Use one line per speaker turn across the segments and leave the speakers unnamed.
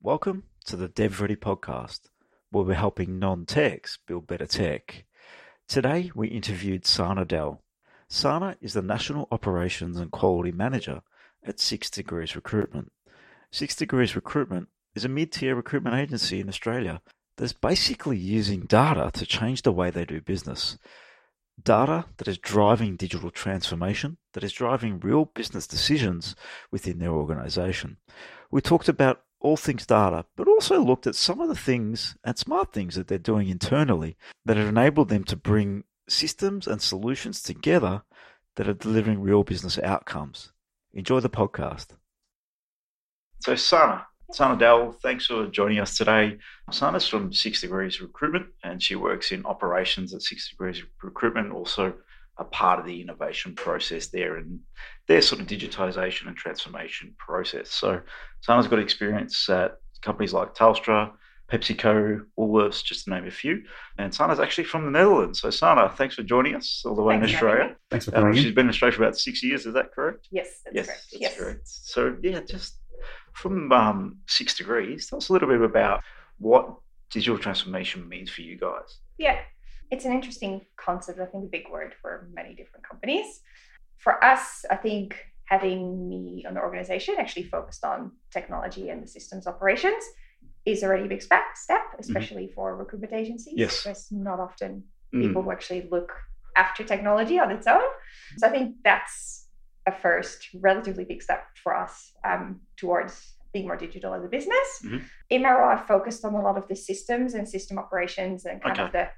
Welcome to the Dev Ready podcast, where we're helping non techs build better tech. Today, we interviewed Sana Dell. Sana is the National Operations and Quality Manager at Six Degrees Recruitment. Six Degrees Recruitment is a mid tier recruitment agency in Australia that's basically using data to change the way they do business. Data that is driving digital transformation, that is driving real business decisions within their organization. We talked about all things data, but also looked at some of the things and smart things that they're doing internally that have enabled them to bring systems and solutions together that are delivering real business outcomes. Enjoy the podcast. So, Sana, Sana Dell, thanks for joining us today. Sana's from Six Degrees Recruitment and she works in operations at Six Degrees Recruitment, also a part of the innovation process there and their sort of digitization and transformation process. So, Sana's got experience at companies like Telstra, PepsiCo, Woolworths, just to name a few. And Sana's actually from the Netherlands. So, Sana, thanks for joining us all the way
Thanks
in
for having
Australia.
Thanks for
Um,
coming
she's
in.
been in Australia for about six years, is that correct?
Yes, that's correct.
that's
yes.
correct. So, yeah, just from um, Six Degrees, tell us a little bit about what digital transformation means for you guys.
Yeah. It's an interesting concept, I think a big word for many different companies. For us, I think having me on the organization actually focused on technology and the systems operations is already a big spa- step, especially for recruitment agencies.
Mm-hmm. Yes.
There's not often
Mm.
people who actually look after technology on its own. So I think that's a first relatively big step for us um, towards being more digital as a business.
Mm-hmm.
Mhm.
In my role, I focused on a lot of the systems and system operations and kind of the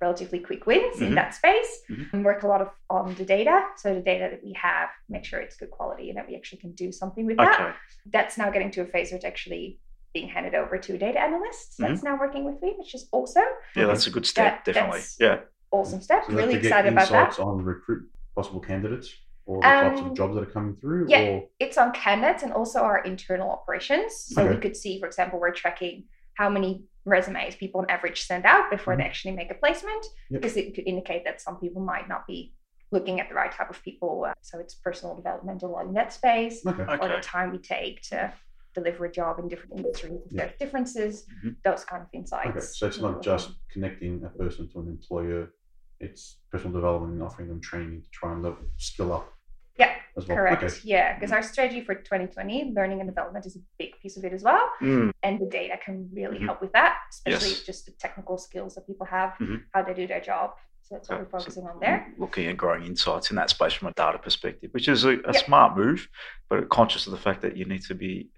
relatively quick wins
Mm-hmm.
Mhm.
in that space
Mhm.
and work a lot of on the data so the data that we have make sure it's good quality and that we actually can do something with that
Okay.
that's now getting to a phase where it's actually being handed over to a data analyst
Mm-hmm.
that's now working with me which is also
Yeah, that's a good step,
That-
definitely.
that's-
Yeah.
awesome step
Mm. So
really
to get
excited about that
insights on recruit possible candidates or the types
Um,
of jobs that are coming through.
yeah.
Or
it's on candidates and also our internal operations. So we
Okay.
could see, for example, we're tracking how many resumes people on average send out before they actually make a placement,
Mm-hmm. Yep.
because it could indicate that some people might not be looking at the right type of people. Uh, so it's personal development along that space,
okay.
or the
Okay.
time we take to deliver a job in different industries, if
Yeah. Mm-hmm.
there's differences,
Mhm.
those kind of insights.
Okay. So it's not just connecting a person to an employer, it's personal development and offering them training to try and level skill up.
Yeah,
As well.
Correct.
Okay. Mm-hmm.
Yeah, because our strategy for 2020, learning and development is a big piece of it as well.
Mm.
and the data can really
Mhm.
help with that, especially
Yes.
just the technical skills that people have,
Mhm.
how they do their job. So that's what
Okay,
we're
Oh, so-
focusing on there.
Looking at growing insights in that space from a data perspective, which is a, a
Yeah.
smart move, but conscious of the fact that you need to be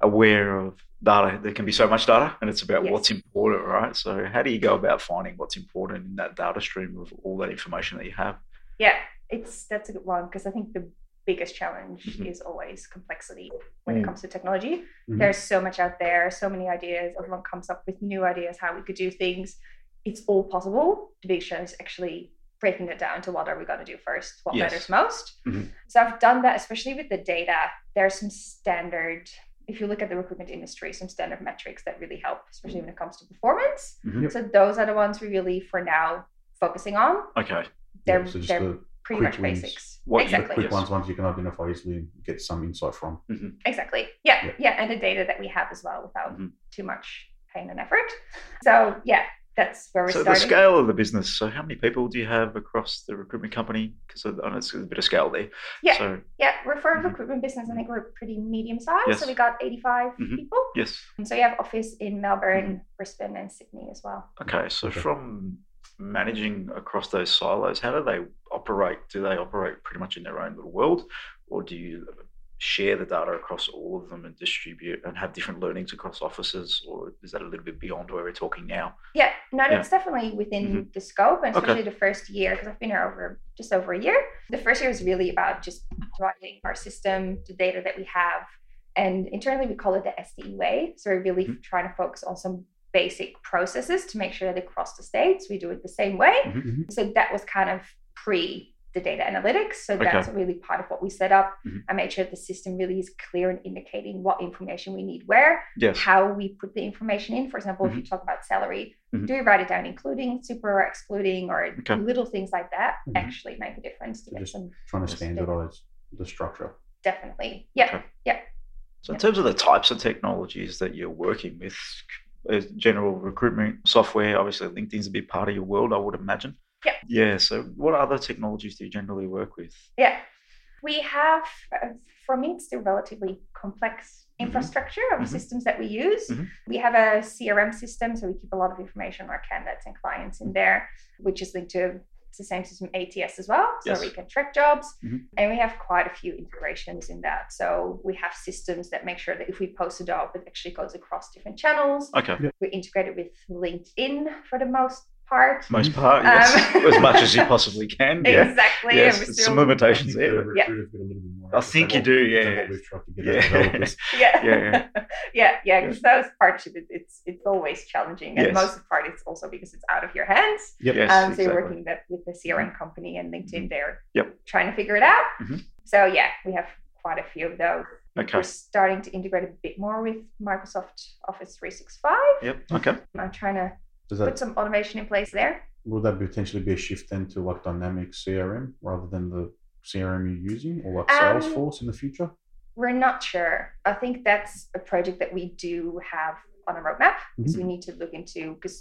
aware of data. There can be so much data, and it's about
Yes.
what's important, right? So, how do you go about finding what's important in that data stream of all that information that you have?
Yeah, it's that's a good one because I think the biggest challenge
Mhm.
is always complexity when
Mm. Mm-hmm.
it comes to technology.
Mhm.
There's so much out there, so many ideas. Everyone comes up with new ideas how we could do things. It's all possible. The big show is actually breaking it down to what are we going to do first, what
Yes.
matters most.
Mhm.
So I've done that, especially with the data. There's some standard, if you look at the recruitment industry, some standard metrics that really help, especially when it comes to performance.
Mhm.
Yep.
So those are the ones we're really, for now, focusing on.
Okay.
They're,
Yeah, so just
they're
the,
pretty
quick
much
wins.
basics.
What you-
the
exactly.
quick
Yes.
ones, ones you can identify easily and get some insight from.
Exactly. Yeah,
Yeah. Mm-hmm.
yeah. And the data that we have as well without
Mhm.
too much pain and effort. So, yeah, that's where we're
So the
starting.
scale of the business. So how many people do you have across the recruitment company? Because I know it's a bit of scale there.
Yeah.
So
yeah, we're for a
Mm-hmm.
Mhm.
recruitment business. I think we're pretty medium sized.
Yes.
So, we got 85
Mm-hmm.
Mhm.
people.
yes.
And so, you have office in Melbourne, Brisbane, and Sydney as well.
Okay. So
Okay.
from managing across those silos, how do they operate? Do they operate pretty much in their own little world, or do you share the data across all of them and distribute and have different learnings across offices, or is that a little bit beyond where we're talking now?
Yeah, no,
Yeah. Mm-hmm.
that's definitely within the scope, and
Okay.
especially the first year because I've been here over just over a year. The first year is really about just driving our system, the data that we have, and internally we call it the SDE way. So we're really
Mhm.
trying to focus on some basic processes to make sure that across the states we do it the same way.
Mm-hmm,
Mhm.
So that was kind of pre the data analytics. So that's really part of what we set up.
Mhm.
I made sure the system really is clear and indicating what information we need where
Yes.
how we put the information in. For example, if you talk about salary,
Mhm.
do we write it down including, super or excluding, or
Okay.
little things like that
Mhm.
actually make a difference to
So
get
just
some
Trying to
Yes.
standardize the structure.
definitely. Yeah.
Okay.
Yeah.
So, in terms of the types of technologies that you're working with, uh, general recruitment software, obviously LinkedIn's a big part of your world, I would imagine.
Yeah.
Yeah. So, what other technologies do you generally work with?
Yeah. We have, uh, for me, it's still relatively complex
Mhm.
infrastructure of
Mhm.
systems that we use.
Mhm.
We have a CRM system, so we keep a lot of information on our candidates and clients
Mm-hmm.
in there, which is linked to it's the same system ATS as well, so
Yes.
we can track jobs.
Mhm.
And we have quite a few integrations in that. So we have systems that make sure that if we post a job, it actually goes across different channels.
Okay.
We're integrated with LinkedIn for the most part.
Most part, yes.
Um,
as much as you possibly can. Yeah.
Exactly.
Yes,
and we're
it's some
still-
limitations
I think
there.
the
Yeah.
recruiters get a little bit more
I
access
think
than
you do,
what- than
yeah.
what we've tried to get as
Yeah.
developers.
yeah.
Yeah,
yeah, yeah, because those partnerships, it, it's it's always challenging, and
Yes.
most of the part it's also because it's out of your hands.
Yep.
Yes,
um, so
exactly. Mm-hmm.
you're working that with the CRM company and LinkedIn, they're
Yep.
trying to figure it out.
Mhm.
So yeah, we have quite a few of those. We're
Okay.
starting to integrate a bit more with Microsoft Office 365.
Yep. Okay.
I'm trying to
Does
put
that
some automation in place there.
would that potentially be a shift then to like dynamic CRM rather than the CRM you're using or like
Um,
Salesforce in the future?
We're not sure. I think that's a project that we do have on a roadmap
Mm-hmm.
because we need to look into because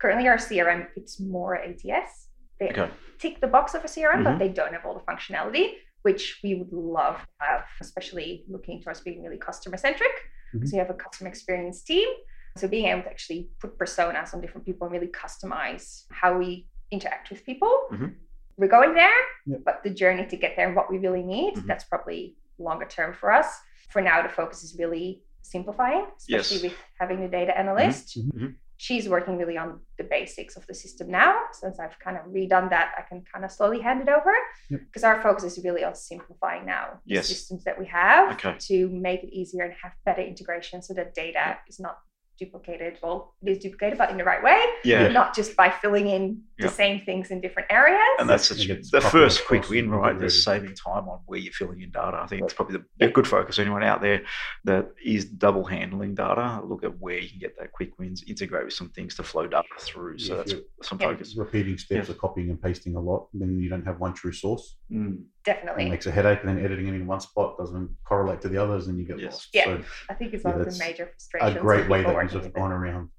currently our CRM it's more ATS. They
Okay.
tick the box of a CRM,
Mhm.
but they don't have all the functionality, which we would love to have, especially looking towards being really customer centric.
Mm-hmm.
Mhm.
So you have a customer experience team. So being able to actually put personas on different people and really customize how we interact with people.
Mhm.
We're going there,
Yep.
but the journey to get there and what we really need,
Mhm.
that's probably longer term for us. For now, the focus is really simplifying, especially
Yes. Mm-hmm.
with having the data analyst she's working really on the basics of the system now. Since I've kind of redone that, I can kind of slowly hand it over
Yep.
because our focus is really on simplifying now the
Yes.
systems that we have
Okay.
to make it easier and have better integration so that data is not duplicated. Well, it is duplicated, but in the right way,
Yeah.
not just by filling in
Yeah.
the same things in different areas.
And that's
It
such-
gets
the
properly
first quick
across
win,
and
right? There's
integrated.
saving time on where you're filling in data. I think that's probably the, a good focus. Anyone out there that is double handling data, look at where you can get that quick wins, integrate with some things to flow data through. So
Yeah, if
that's
you're
some
Yeah.
focus.
repeating steps
Yeah.
or copying and pasting a lot, then you don't have one true source.
Mm.
It
Definitely.
makes a headache, and then editing it in one spot doesn't correlate to the others, and you get
Yes.
lost.
Yeah.
So
I think it's
Yeah,
one of the
that's
major
a
frustrations. of
great way
people
that
working
you've
with it.
gone around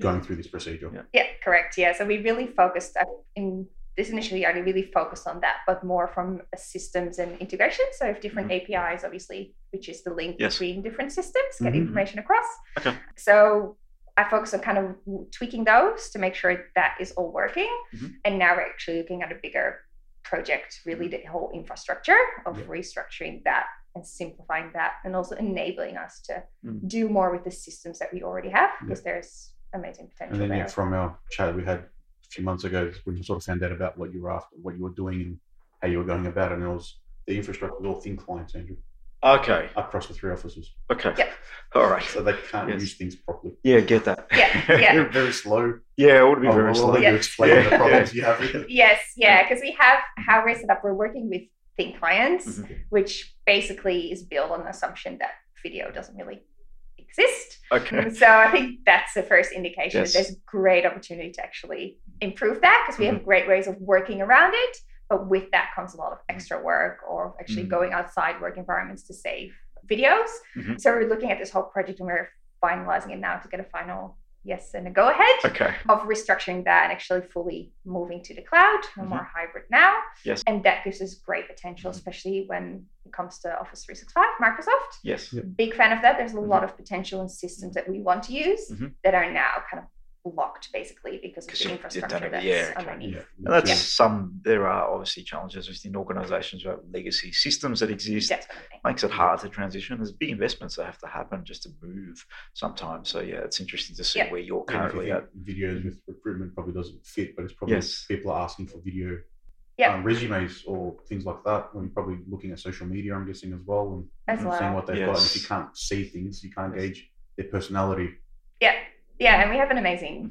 going through this procedure.
Yeah.
Yeah, correct. Yeah. So we really focused uh, in this initial year, we really focused on that, but more from a systems and integration. So if different APIs, obviously, which is the link
Yes.
between different systems, get
Mhm.
information across.
Okay.
So I focus on kind of tweaking those to make sure that is all working.
Mhm.
And now we're actually looking at a bigger project, really the whole infrastructure of
Yeah.
restructuring that and simplifying that and also enabling us to
Mm.
do more with the systems that we already have because there's amazing potential
And then
there.
yeah, from our chat we had a few months ago, we sort of found out about what you were after, what you were doing, and how you were going about it. And it was the infrastructure was all thin clients, Andrew,
Okay.
across the three offices,
Okay.
Yeah.
All right.
so they can't
Yes.
use things properly.
Yeah, get that.
Yeah, yeah.
They're very slow.
yeah, it would be
I'll,
very
I'll
slow.
let
Yeah.
you explain
Oh, Yeah.
the problems you have with it.
Yes, yeah,
Yeah.
because we have how we're set up. We're working with thin clients,
Mhm.
which basically is built on the assumption that video doesn't really exist.
Okay.
so I think that's the first indication
Yes.
that there's great opportunity to actually improve that because we
Mm-hmm.
have great ways of working around it. But with that comes a lot of extra work or actually
Mm.
going outside work environments to save videos.
Mhm.
So we're looking at this whole project and we're finalizing it now to get a final yes and a go ahead
Okay.
of restructuring that and actually fully moving to the cloud, no
Mhm.
more hybrid now.
Yes.
And that gives us great potential,
Mhm.
especially when it comes to Office 365, Microsoft.
Yes.
Yeah.
Big fan of that. There's a
Mm-hmm.
lot of potential in systems that we want to use
Mhm.
that are now kind of blocked basically because of
'Cause
the
you've- you've done
infrastructure
it,
that's
yeah, okay.
underneath.
And that's some. There are obviously challenges within organisations who have legacy systems that exist.
Definitely.
makes it hard to transition. There's big investments that have to happen just to move sometimes. So yeah, it's interesting to see
Yeah.
where you're
And if you
currently
think
at.
videos with recruitment probably doesn't fit, but it's probably
Yes.
people are asking for video
Yeah.
um, resumes or things like that. And you're probably looking at social media, I'm guessing, as well, and
As
Mhm.
well.
seeing what they've got. And if
Yes.
you can't see things, you can't
Yes.
gauge their personality.
Yeah. Yeah, and we have an amazing,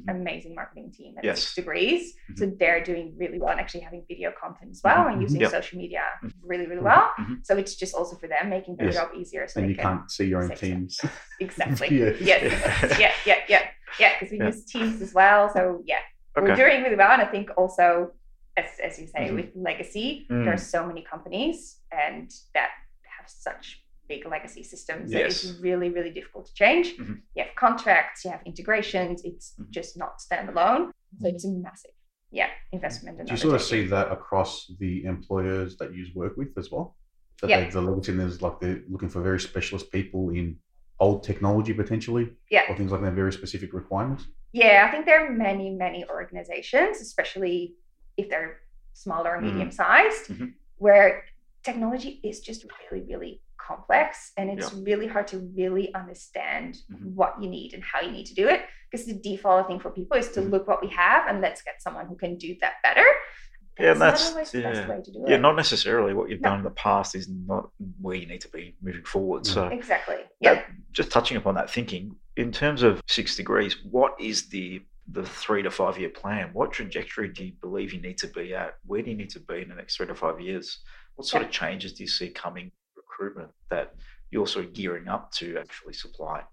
Mhm.
Mm-hmm.
amazing marketing team at
Yes.
Six Degrees.
Mhm.
So they're doing really well and actually having video content as well
Mhm.
and using
Yeah.
social media
Mhm.
really, really well.
Mhm.
So it's just also for them making their
Mm-hmm. Yes.
job easier so
And
they
you
can
can't see your own
Six, yeah.
teams.
Exactly.
Yeah.
Yes. Yeah. Yeah. Yeah. Yeah. Because we
Yeah.
use Teams as well. So yeah, we're
Okay.
doing really well. And I think also, as,
Mm-hmm.
as you say,
Mhm.
with legacy,
Mm.
there are so many companies and that have such big legacy systems that
Yes.
is really, really difficult to change.
Mm-hmm.
Mhm.
You have contracts, you have integrations, it's
Mhm.
just not standalone. So it's a massive, yeah, investment. and
Mm-hmm. Do you sort of
undertaking.
see that across the employers that you work with as well? That
Yeah.
they, the legacy is like they're looking for very specialist people in old technology potentially,
Yeah.
or things like that, very specific requirements.
Yeah, I think there are many, many organizations, especially if they're smaller or
Mhm.
medium sized,
Mhm.
where technology is just really, really complex and it's really hard to really understand
Mhm.
what you need and how you need to do it. Because the default, I think, for people is to
Mhm.
look what we have and let's get someone who can do that better.
Yeah, and
not
that's-
always the best
yeah.
way to do
Yeah,
it.
not necessarily. What you've
No.
done in the past is not where you need to be moving forward.
Mm.
So,
exactly. Yeah.
that- just touching upon that thinking, in terms of six degrees, what is the the three to five year plan? What trajectory do you believe you need to be at? Where do you need to be in the next three to five years? What sort of changes do you see coming in recruitment that you're sort of gearing up to actually supply?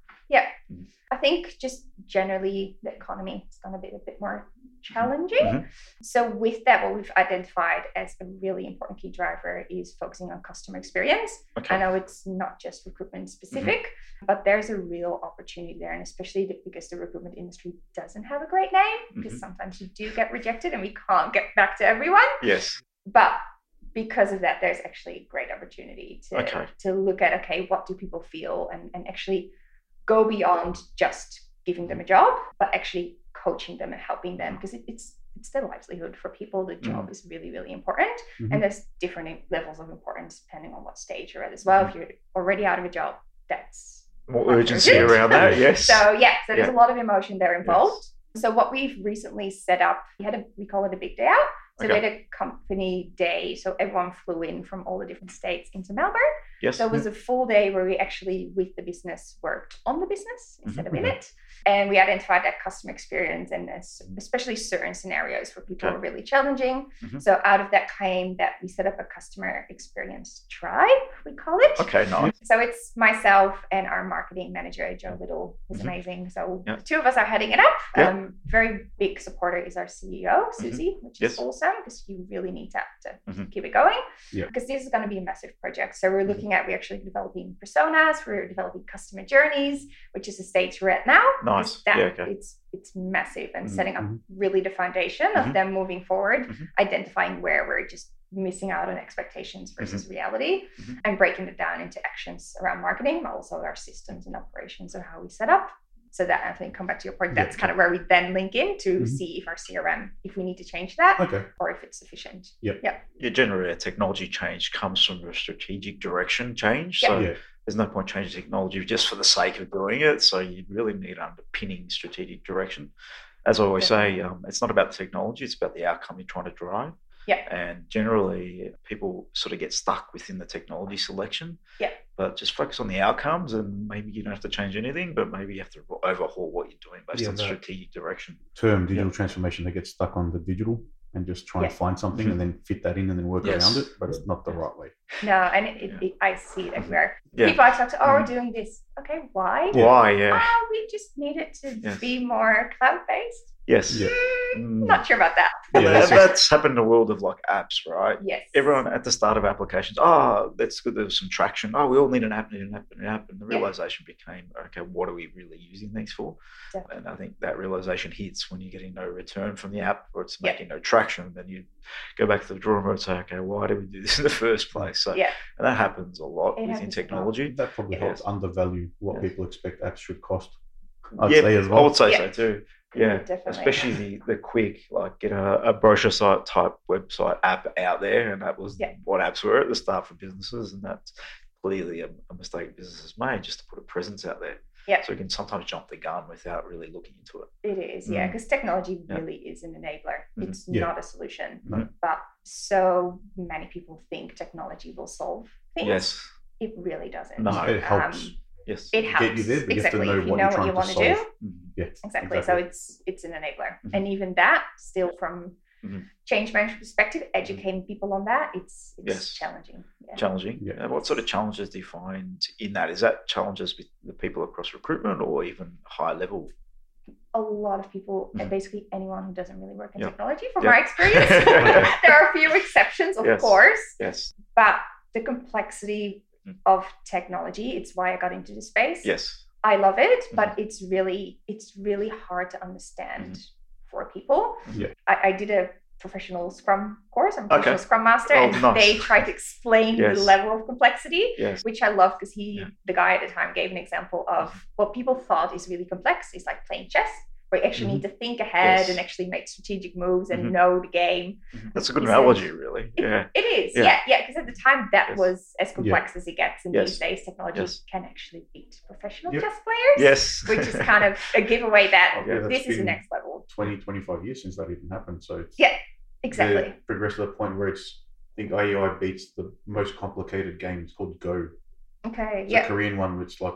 I think just generally the economy has gone a bit a bit more challenging.
Mhm.
So with that, what we've identified as a really important key driver is focusing on customer experience.
Okay.
I know it's not just recruitment specific, but there's a real opportunity there, and especially th- because the recruitment industry doesn't have a great name, because
Mhm.
sometimes you do get rejected, and we can't get back to everyone.
Yes.
But because of that, there's actually a great opportunity to
Okay.
to look at okay, what do people feel, and and actually go beyond just giving them a job, but actually coaching them and helping them because it, it's it's their livelihood for people. The job is really really important,
Mhm.
and there's different im- levels of importance depending on what stage you're at as well. If you're already out of a job, that's
More urgency around that. Yes.
so yeah, so there's
Yeah.
a lot of emotion there involved. So what we've recently set up, we had a we call it a big day out. So
Okay.
we had a company day. So everyone flew in from all the different states into Melbourne.
yes.
So it was a full day where we actually with the business worked on the business instead
Mhm.
of in it. And we identified that customer experience and es- especially certain scenarios where people
Okay.
were really challenging.
Mhm.
So out of that came that we set up a customer experience tribe, we call it.
okay. Nice.
So it's myself and our marketing manager, Joe Little, who's
Mhm.
amazing. So
Yeah.
the two of us are heading it up.
Yeah. Mm-hmm.
Um, very big supporter is our CEO, Susie, which
Yes.
is awesome because you really need that to
Mhm.
keep it going.
Yeah.
Because this is going to be a massive project. So we're
Mhm.
looking at, we're actually developing personas, we're developing customer journeys, which is the stage we're at now.
Nice.
That,
Yeah. Okay.
It's it's massive and
Mhm.
setting up
Mhm.
really the foundation of
Mhm.
them moving forward,
Mhm.
identifying where we're just missing out on expectations
Mm-hmm.
versus reality
Mhm.
and breaking it down into actions around marketing, but also our systems and operations of how we set up. So that I think come back to your point,
Yeah.
that's kind of where we then link in to
Mm-hmm.
Mhm.
see if our CRM, if we need to change that
Okay.
or if it's sufficient.
Yeah, generally, a technology change comes from a strategic direction change.
Yeah.
So
yeah.
there's no point changing technology just for the sake of doing it. So you really need underpinning strategic direction. As I always say, um, it's not about technology; it's about the outcome you're trying to drive.
Yeah.
And generally, people sort of get stuck within the technology selection.
Yeah.
But just focus on the outcomes, and maybe you don't have to change anything, but maybe you have to overhaul what you're doing based
Yeah,
on
that-
strategic direction.
Term digital transformation they get stuck on the digital and just try and
Yeah.
find something and then fit that in and then work
Mm-hmm. Yes.
around it, but it's not the right way.
No, and it, it,
Yeah. Mm-hmm.
it- I see it everywhere.
Yeah.
People I talk to, oh, we're doing this. Okay, why?
Yeah.
Why? Yeah.
Oh, we just need it to
Yes.
be more cloud based.
Yes.
Yeah.
Mm.
Not sure about that.
Yeah,
That-
that's-
that's happened in the world of like apps, right?
Yes.
everyone at the start of applications, oh, that's good. There's some traction. Oh, we all need an app, need an app, need an app. And the
Yeah.
realization became, okay, what are we really using these for?
Definitely.
And I think that realization hits when you're getting no return from the app or it's
Yeah.
making no traction. Then you go back to the drawing board and say, okay, why did we do this in the first place? So
Mm. Yeah.
and that happens a lot
It
within
happens a lot.
technology.
That probably
Yeah.
helps undervalue what
Yeah.
people expect apps should cost. I'd
yeah,
say as
I
well.
would say
Yeah.
so too. Yeah.
definitely.
especially the, the quick like get a, a brochure site type website app out there and that was
Yeah.
what apps were at the start for businesses and that's clearly a, a mistake businesses made just to put a presence out there
Yeah.
so you can sometimes jump the gun without really looking into it
It is, yeah,
Mhm.
because technology
Yeah.
really is an enabler.
Mhm.
It's
Mm. Mm-hmm. Yeah.
not a solution,
No.
but so many people think technology will solve things.
yes
It really doesn't.
No.
It helps.
Um,
yes
It helps.
Get you there, but you have to
exactly.
know
if you
what
know
you're
what you want to
trying to
do.
Mhm.
yeah.
Exactly.
Exactly. Mm-hmm.
So it's it's an enabler.
Mhm.
And even that, still from
Mhm.
change management perspective,
Mm-hmm.
educating people on that, it's it's
Yes.
challenging. Yeah.
challenging
Yeah.
And what sort of challenges do you find in that is that challenges with the people across recruitment or even high level
a lot of people, and
Mm-hmm.
Mhm.
basically anyone who doesn't really work in
Yeah.
technology, from
Yeah.
my experience, there are a few exceptions, of
Yes.
course,
yes
but the complexity
Mm.
of technology. It's why I got into the space.
Yes.
I love it,
Mm-hmm.
but it's really it's really hard to understand
Mm-hmm.
for people.
Yeah.
I, I did a professional Scrum course. I'm a professional
Okay.
Scrum master,
Oh,
and
nice.
they try to explain
Yes.
the level of complexity,
Yes.
which I love because he,
Yeah. Mm-hmm.
the guy at the time, gave an example of what people thought is really complex is like playing chess. Where you actually need to think ahead
Mm-hmm. Yes.
and actually make strategic moves and
Mhm.
know the game.
That's a good
Is it-
analogy, really.
It-
Yeah.
It is,
Yeah.
yeah, yeah. Because at the time, that
Yes.
was as complex as it gets, and
Yes.
these days, technology
Yes.
can actually beat professional
Yeah.
chess players
Yes. Oh,
which is kind of a giveaway that
Yeah,
that's
this is the
been
next level.
20, 25 years since that even happened. So it's
Yeah, exactly.
they've progressed to the point where it's, I think IEI beats the most complicated game. It's called Go.
Okay.
It's a
Yeah.
Korean one, which is like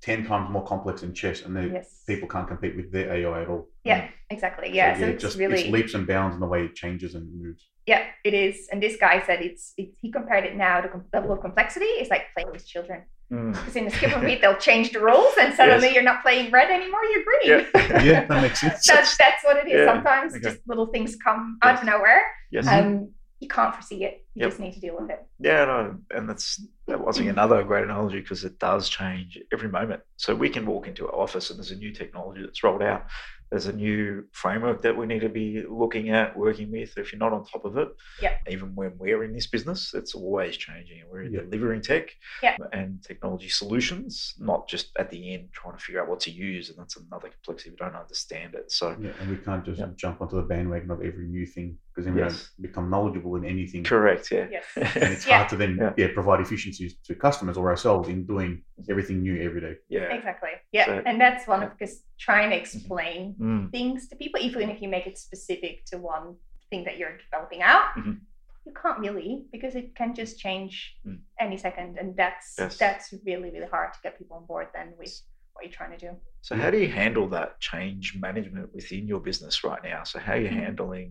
10 times more complex than chess, and they,
Yes.
people can't compete with their AI at all.
Yeah. Exactly. Yeah. So,
it
it's
just
really
it's leaps and bounds in the way it changes and moves.
yeah, it is. And this guy said it's, it's he compared it now the com- level of complexity is like playing with children
Mm.
because in the skip and beat they'll change the rules and suddenly you're not playing red anymore, you're green.
yeah, that makes sense.
that's that's what it is.
Yeah,
Sometimes
okay.
just little things come out
Yes.
of nowhere.
Yes.
Um, you can't foresee it. You
Mm-hmm. Yep.
just need to deal with it.
Yeah, no, and that's that was
Hmm.
another great analogy because it does change every moment. So we can walk into our office and there's a new technology that's rolled out. There's a new framework that we need to be looking at, working with. If you're not on top of it,
Yeah.
even when we're in this business, it's always changing. And we're
Yeah.
delivering tech
Yeah.
and technology solutions, not just at the end trying to figure out what to use. And that's another complexity. We don't understand it. So
Yeah, and we can't just
Yeah.
jump onto the bandwagon of every new thing because then we
Yes.
don't become knowledgeable in anything.
correct, yeah.
Yes.
And it's
Yeah.
hard to then
Yeah.
yeah. provide efficiencies to customers or ourselves in doing everything new every day.
yeah.
Exactly. Yeah.
So-
and that's one of because trying to explain
Mm.
things to people, even if you make it specific to one thing that you're developing out,
Mhm.
you can't really because it can just change
Mm.
any second, and that's
Yes.
that's really really hard to get people on board then with what you're trying to do.
So how do you handle that change management within your business right now? So how are you
Mhm.
handling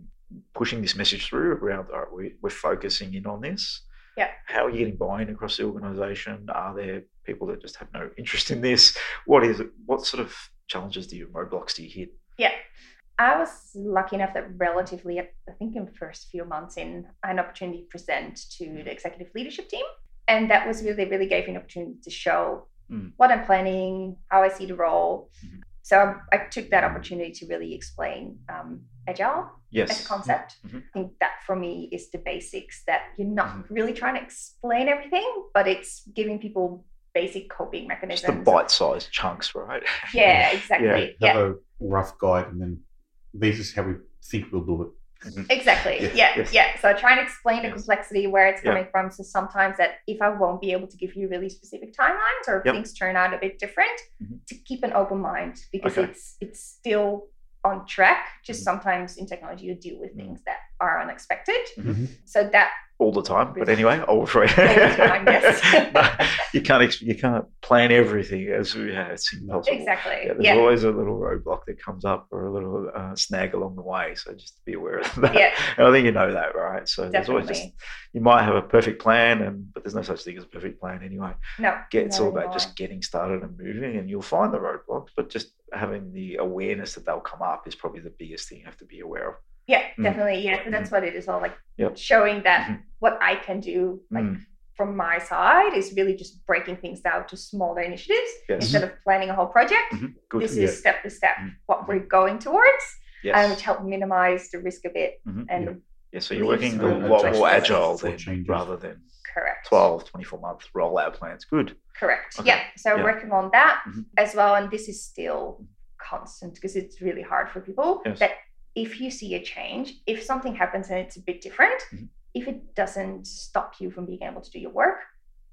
pushing this message through around all right, we, we're focusing in on this?
Yeah.
How are you getting buy-in across the organization? Are there people that just have no interest in this? What is it? What sort of challenges do you roadblocks do you hit?
Yeah. I was lucky enough that relatively, I think in the first few months in, I had an opportunity to present to
Hmm.
the executive leadership team. And that was really, really gave me an opportunity to show
Mm.
what I'm planning, how I see the role.
Mhm.
So I took that opportunity to really explain um, Agile
Yes.
as a concept.
Mhm.
I think that for me is the basics that you're not
Mm-hmm.
really trying to explain everything, but it's giving people basic coping mechanisms.
Just the bite-sized chunks, right?
Yeah, exactly.
Have
Yeah,
a rough guide, and then this is how we think we'll do it.
exactly.
Yeah,
Yeah,
yes.
yeah. So I try and explain the
Yes.
complexity where it's
Yeah.
coming from. So sometimes that if I won't be able to give you really specific timelines or if
Yep.
things turn out a bit different,
Mhm.
to keep an open mind because
Okay.
it's it's still on track. Just
Mhm.
sometimes in technology you deal with
Mhm.
things that are unexpected.
Mhm.
So that
All the time, but anyway, all for it.
All the time, yes.
you can't ex- you can't plan everything as we yeah, it's impossible.
exactly.
Yeah, there's
yeah.
always a little roadblock that comes up or a little uh, snag along the way. So just be aware of that.
Yeah.
And I think you know that, right? So there's always just
Definitely.
you might have a perfect plan, and but there's no such thing as a perfect plan anyway.
No.
Get, it's
not
all about
anymore.
just getting started and moving, and you'll find the roadblocks. But just having the awareness that they'll come up is probably the biggest thing you have to be aware of.
Yeah,
Mm.
definitely. Yeah. So that's what it is all like
Yep.
showing that
Mhm.
what I can do like
Mm.
from my side is really just breaking things down to smaller initiatives
Yes.
instead of planning a whole project.
Mhm. Good.
This
Yeah.
is step to step
Mm.
what we're going towards
yes.
and which help minimize the risk a bit
Mhm.
and
Yeah.
yeah. So you're
leaves
working a lot
and
more
adjustments.
agile
Or
then,
changes.
rather than
correct.
12, 24 month rollout plans. Good.
Correct.
Okay.
Yeah. So
Yeah.
working on that
Mhm.
as well. And this is still constant because it's really hard for people
Yes.
that if you see a change, if something happens and it's a bit different,
Mhm.
if it doesn't stop you from being able to do your work,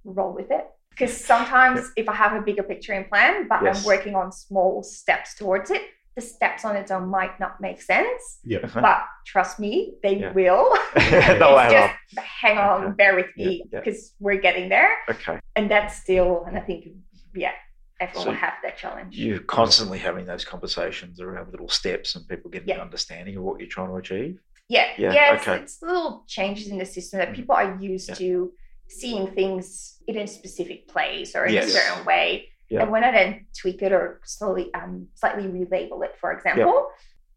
roll with it. Because sometimes if I have a bigger picture in plan, but
Yes.
I'm working on small steps towards it, the steps on its own might not make sense.
Yeah.
But trust me, they
Yeah.
will.
They'll add
it's just
up.
hang on,
Okay.
bear with
Yeah,
me,
yeah.
because we're getting there
Okay.
and that's still and i think yeah everyone
So-
will have that challenge
you're constantly having those conversations around little steps and people getting
Yeah.
an understanding of what you're trying to achieve.
yeah
Yeah,
yeah, it's,
okay.
it's little changes in the system that
Mhm.
people are used
Yeah.
to seeing things in a specific place or in
Yes.
a certain way
Yeah.
and when i then tweak it or slowly um slightly relabel it for example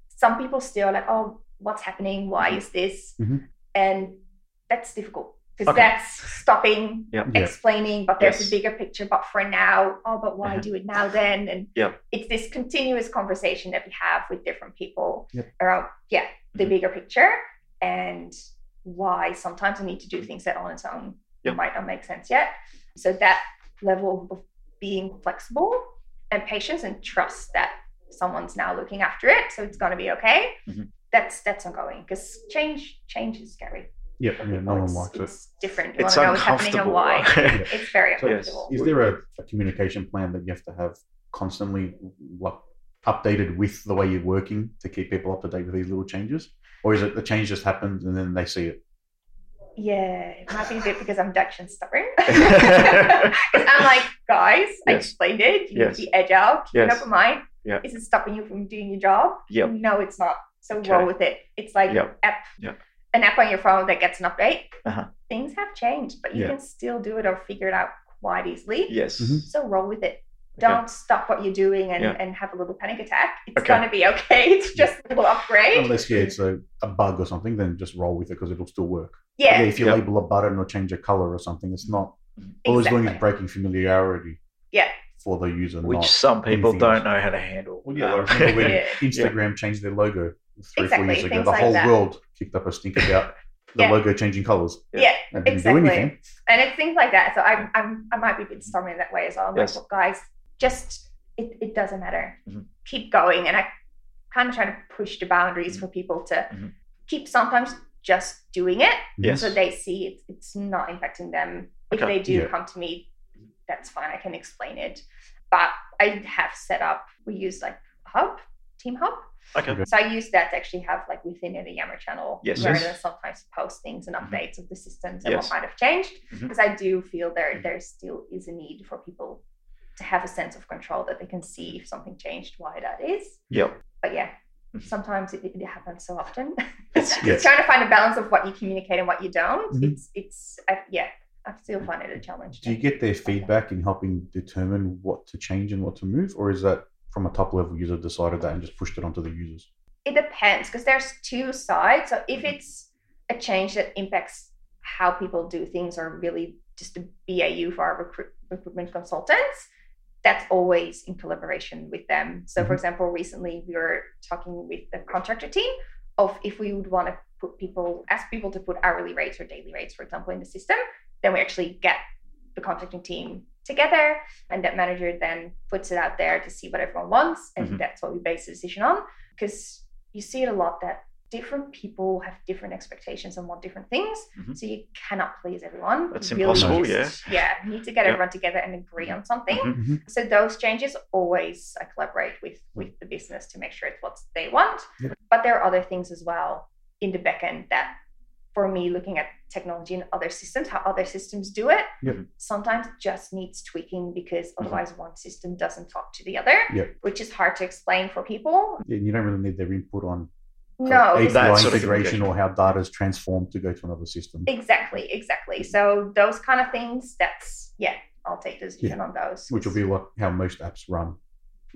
some people still are like oh what's happening why
Mhm.
is this
Mhm.
and that's difficult because
Okay.
that's stopping
Yep.
Yeah.
explaining but there's
Yes.
a bigger picture but for now oh but why
Mm-hmm.
Uh-huh.
do it now then and
Yep.
it's this continuous conversation that we have with different people
Yep. Mm-hmm.
around yeah the
Mhm.
bigger picture and why sometimes we need to do things that on its own
Yep.
might not make sense yet so that level of being flexible and patience and trust that someone's now looking after it so it's going to be okay
Mm-hmm.
Mhm.
that's that's ongoing because change change is scary
Yeah, I mean, no one
it's,
likes it.
it's different you
It's
want to know what's happening and
uncomfortable.
why
right?
it's very
So
it's-
uncomfortable.
Is there a, a communication plan that you have to have constantly like, updated with the way you're working to keep people up to date with these little changes? Or is it the change just happens and then they see it?
yeah, it might be a bit because I'm Dutch and stubborn. 'Cause I'm like, guys, I
Yes.
explained it. You
Yes.
need to be agile, keep an
Yes.
open mind.
Yeah.
Is it stopping you from doing your job?
Yep.
No, it's not. So
Okay.
roll with it. It's like
Yep.
app,
Yep.
an app on your phone that gets an update.
Uh-huh.
Things have changed, but you
Yeah.
can still do it or figure it out quite easily.
Yes.
Mhm.
So roll with it. Don't stop what you're doing and,
Yeah.
and have a little panic attack. It's
Okay.
gonna be okay. It's
Yeah.
just a little upgrade.
Unless, yeah, it's a, a bug or something, then just roll with it because it'll still work.
Yeah,
Yeah, if you
Yeah.
label a button or change a color or something, it's not. All it's doing
exactly.
is breaking familiarity
Yeah.
for the user,
Which
not.
some people
anything
don't
else.
know how to handle.
Well, yeah, I
Um,
remember when
Yeah.
Instagram changed their logo three or four
Exactly,
years ago.
things
The
like
whole
that.
world kicked up a stink about the
Yeah.
logo changing colors.
Yeah.
yeah.
That didn't do
Exactly.
anything.
and it's things like that. So I'm, I'm, I might be a bit stubborn in that way as well. I'm
Yes.
like, well, guys, just it, it doesn't matter.
Mm-hmm.
Mhm.
Keep going, and I kind of try to push the boundaries
Mm-hmm.
for people to
Mhm.
keep sometimes just doing it,
Yes.
so they see it, it's not impacting them. If
Okay.
they do
Yeah.
come to me, that's fine. I can explain it, but I have set up. We use like Hub, Team Hub.
Okay.
So I use that to actually have like within it a Yammer channel
Yes.
rather
Yes. Mm-hmm.
than sometimes post things and
Mhm.
updates of the systems and
Yes.
what might have changed.
Mhm.
Because I do feel
Mm-hmm.
there there still is a need for people to have a sense of control that they can see if something changed, why that is.
Yep.
But yeah,
Mhm.
sometimes it, it happens so often.
It's-
Mm-hmm. yes.
Trying to find a balance of what you communicate and what you don't.
Mhm.
It's it's I, yeah, I still find it a challenge.
Do you get their feedback in helping determine what to change and what to move, or is that from a top level user decided that and just pushed it onto the users?
it depends because there's two sides. So if
Mhm.
it's a change that impacts how people do things or really just the BAU for our recruit, recruitment consultants, that's always in collaboration with them. So
Mm-hmm.
for
Mhm.
example, recently we were talking with the contractor team of if we would want to put people ask people to put hourly rates or daily rates, for example, in the system, then we actually get the contracting team together and that manager then puts it out there to see what everyone wants and
Mhm.
that's what we base the decision on because you see it a lot that different people have different expectations and want different things
Mhm.
so you cannot please everyone
That's
You
impossible,
just- yeah you need to get
Yeah.
everyone together and agree on something
Mhm.
so those changes always I collaborate with with the business to make sure it's what they want.
Yep.
But there are other things as well in the backend that for me looking at technology and other systems, how other systems do it,
Yep. Mm-hmm.
sometimes just needs tweaking because otherwise one system doesn't talk to the other,
Yep.
which is hard to explain for people.
Yeah, you don't really need their input on
No,
API
it's
That sort of
integration or how data is transformed to go to another system.
exactly, exactly. So those kind of things, that's yeah, I'll take this
Yeah.
decision on those.
which will be what how most apps run.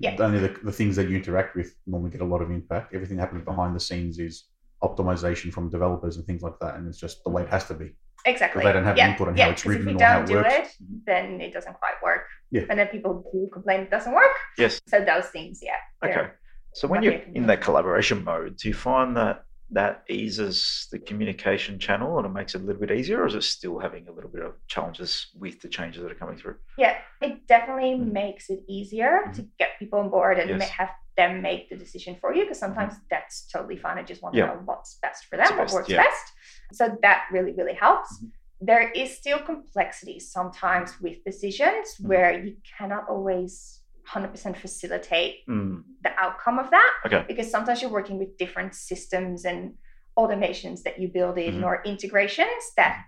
Yeah.
Only the, the things that you interact with normally get a lot of impact. Everything happening behind the scenes is optimization from developers and things like that, and it's just the way it has to be.
Exactly.
they don't have
yeah.
input on
yeah.
how it's
'cause
written
if we
or how
don't
it
do
works. Mm-hmm.
it, then it doesn't quite work.
Yeah.
And then people do complain it doesn't work.
Yes.
So those things, yeah. they're-
Okay. So when
Not
you're
yet.
in that collaboration mode, do you find that that eases the communication channel and it makes it a little bit easier, or is it still having a little bit of challenges with the changes that are coming through?
Yeah, it definitely
Mm-hmm.
Mhm.
makes it easier to get people on board and
Yes.
ma- have them make the decision for you because
Mm-hmm.
sometimes that's totally fine. I just want to
Yeah.
know what's best for
What's
them,
the
what
best,
works
yeah.
best. So that really, really helps.
Mhm.
Mm-hmm.
There is still complexity sometimes with decisions
Mm-hmm.
Mhm.
where you cannot always 100% facilitate
Hmm.
Mm.
the outcome of that.
Okay.
Because sometimes you're working with different systems and automations that you build in
Mhm.
or integrations that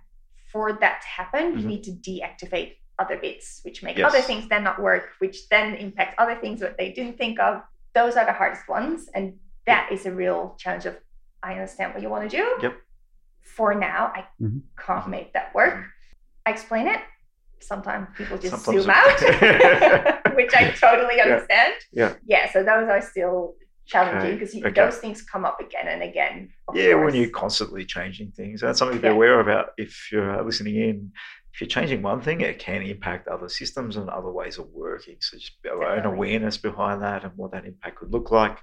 for that to happen,
Mhm.
you need to deactivate other bits, which make
Yes.
other things then not work, which then impact other things that they didn't think of. Those are the hardest ones. And that is a real challenge of I understand what you want to do.
Yep. Mm-hmm.
For now, I
Mhm.
can't make that work. I explain it. Sometimes people just
Sometimes
zoom
it-
out, which I totally
Yeah.
understand.
Yeah.
Yeah. So those are still challenging because
okay.
those things come up again and again. of
Yeah,
course.
when you're constantly changing things, that's something to be
Yeah.
aware about. If you're uh, listening in, if you're changing one thing, it can impact other systems and other ways of working. So just our own
Definitely.
awareness behind that and what that impact could look like.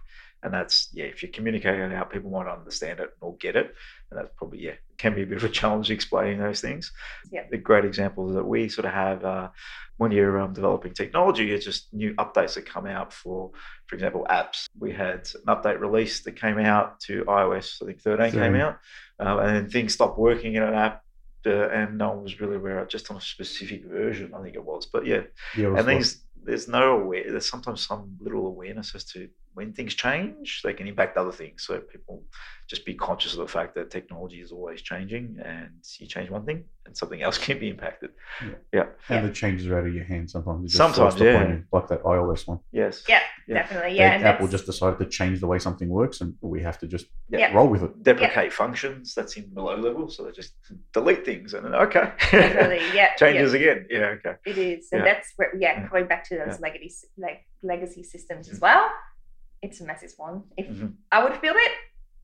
And that's yeah, if you're communicating it out, people might understand it or get it, and that's probably yeah, can be a bit of a challenge explaining those things.
Yeah.
The great examples that we sort of have uh, when you're um, developing technology, it's just new updates that come out for for example, apps. We had an update release that came out to iOS, I think 13 came
Thirteen.
out, um, and then things stopped working in an app, uh, and no one was really aware of it, just on a specific version, I think it was. But yeah,
Yeah, it was
and
like-
things, there's no aware, there's sometimes some little awareness as to when things change, they can impact other things. So people just be conscious of the fact that technology is always changing, and you change one thing, and something else can be impacted.
and the changes are out of your hands sometimes. It's just
Sometimes,
forced upon
yeah.
you, like that iOS one.
Yes.
Yeah,
Yeah.
definitely. Yeah,
They-
and
Apple
that's-
just decided to change the way something works, and we have to just
Yeah.
Yeah.
roll with it.
Deprecate functions, that's in below level, so they just delete things, and then okay.
definitely. Yeah, yeah.
changes again. Yeah, okay.
It is, and
Yeah.
that's where yeah,
Yeah.
going back to those legacy like legacy systems as well. It's a massive one. If
Mhm.
I would have built it,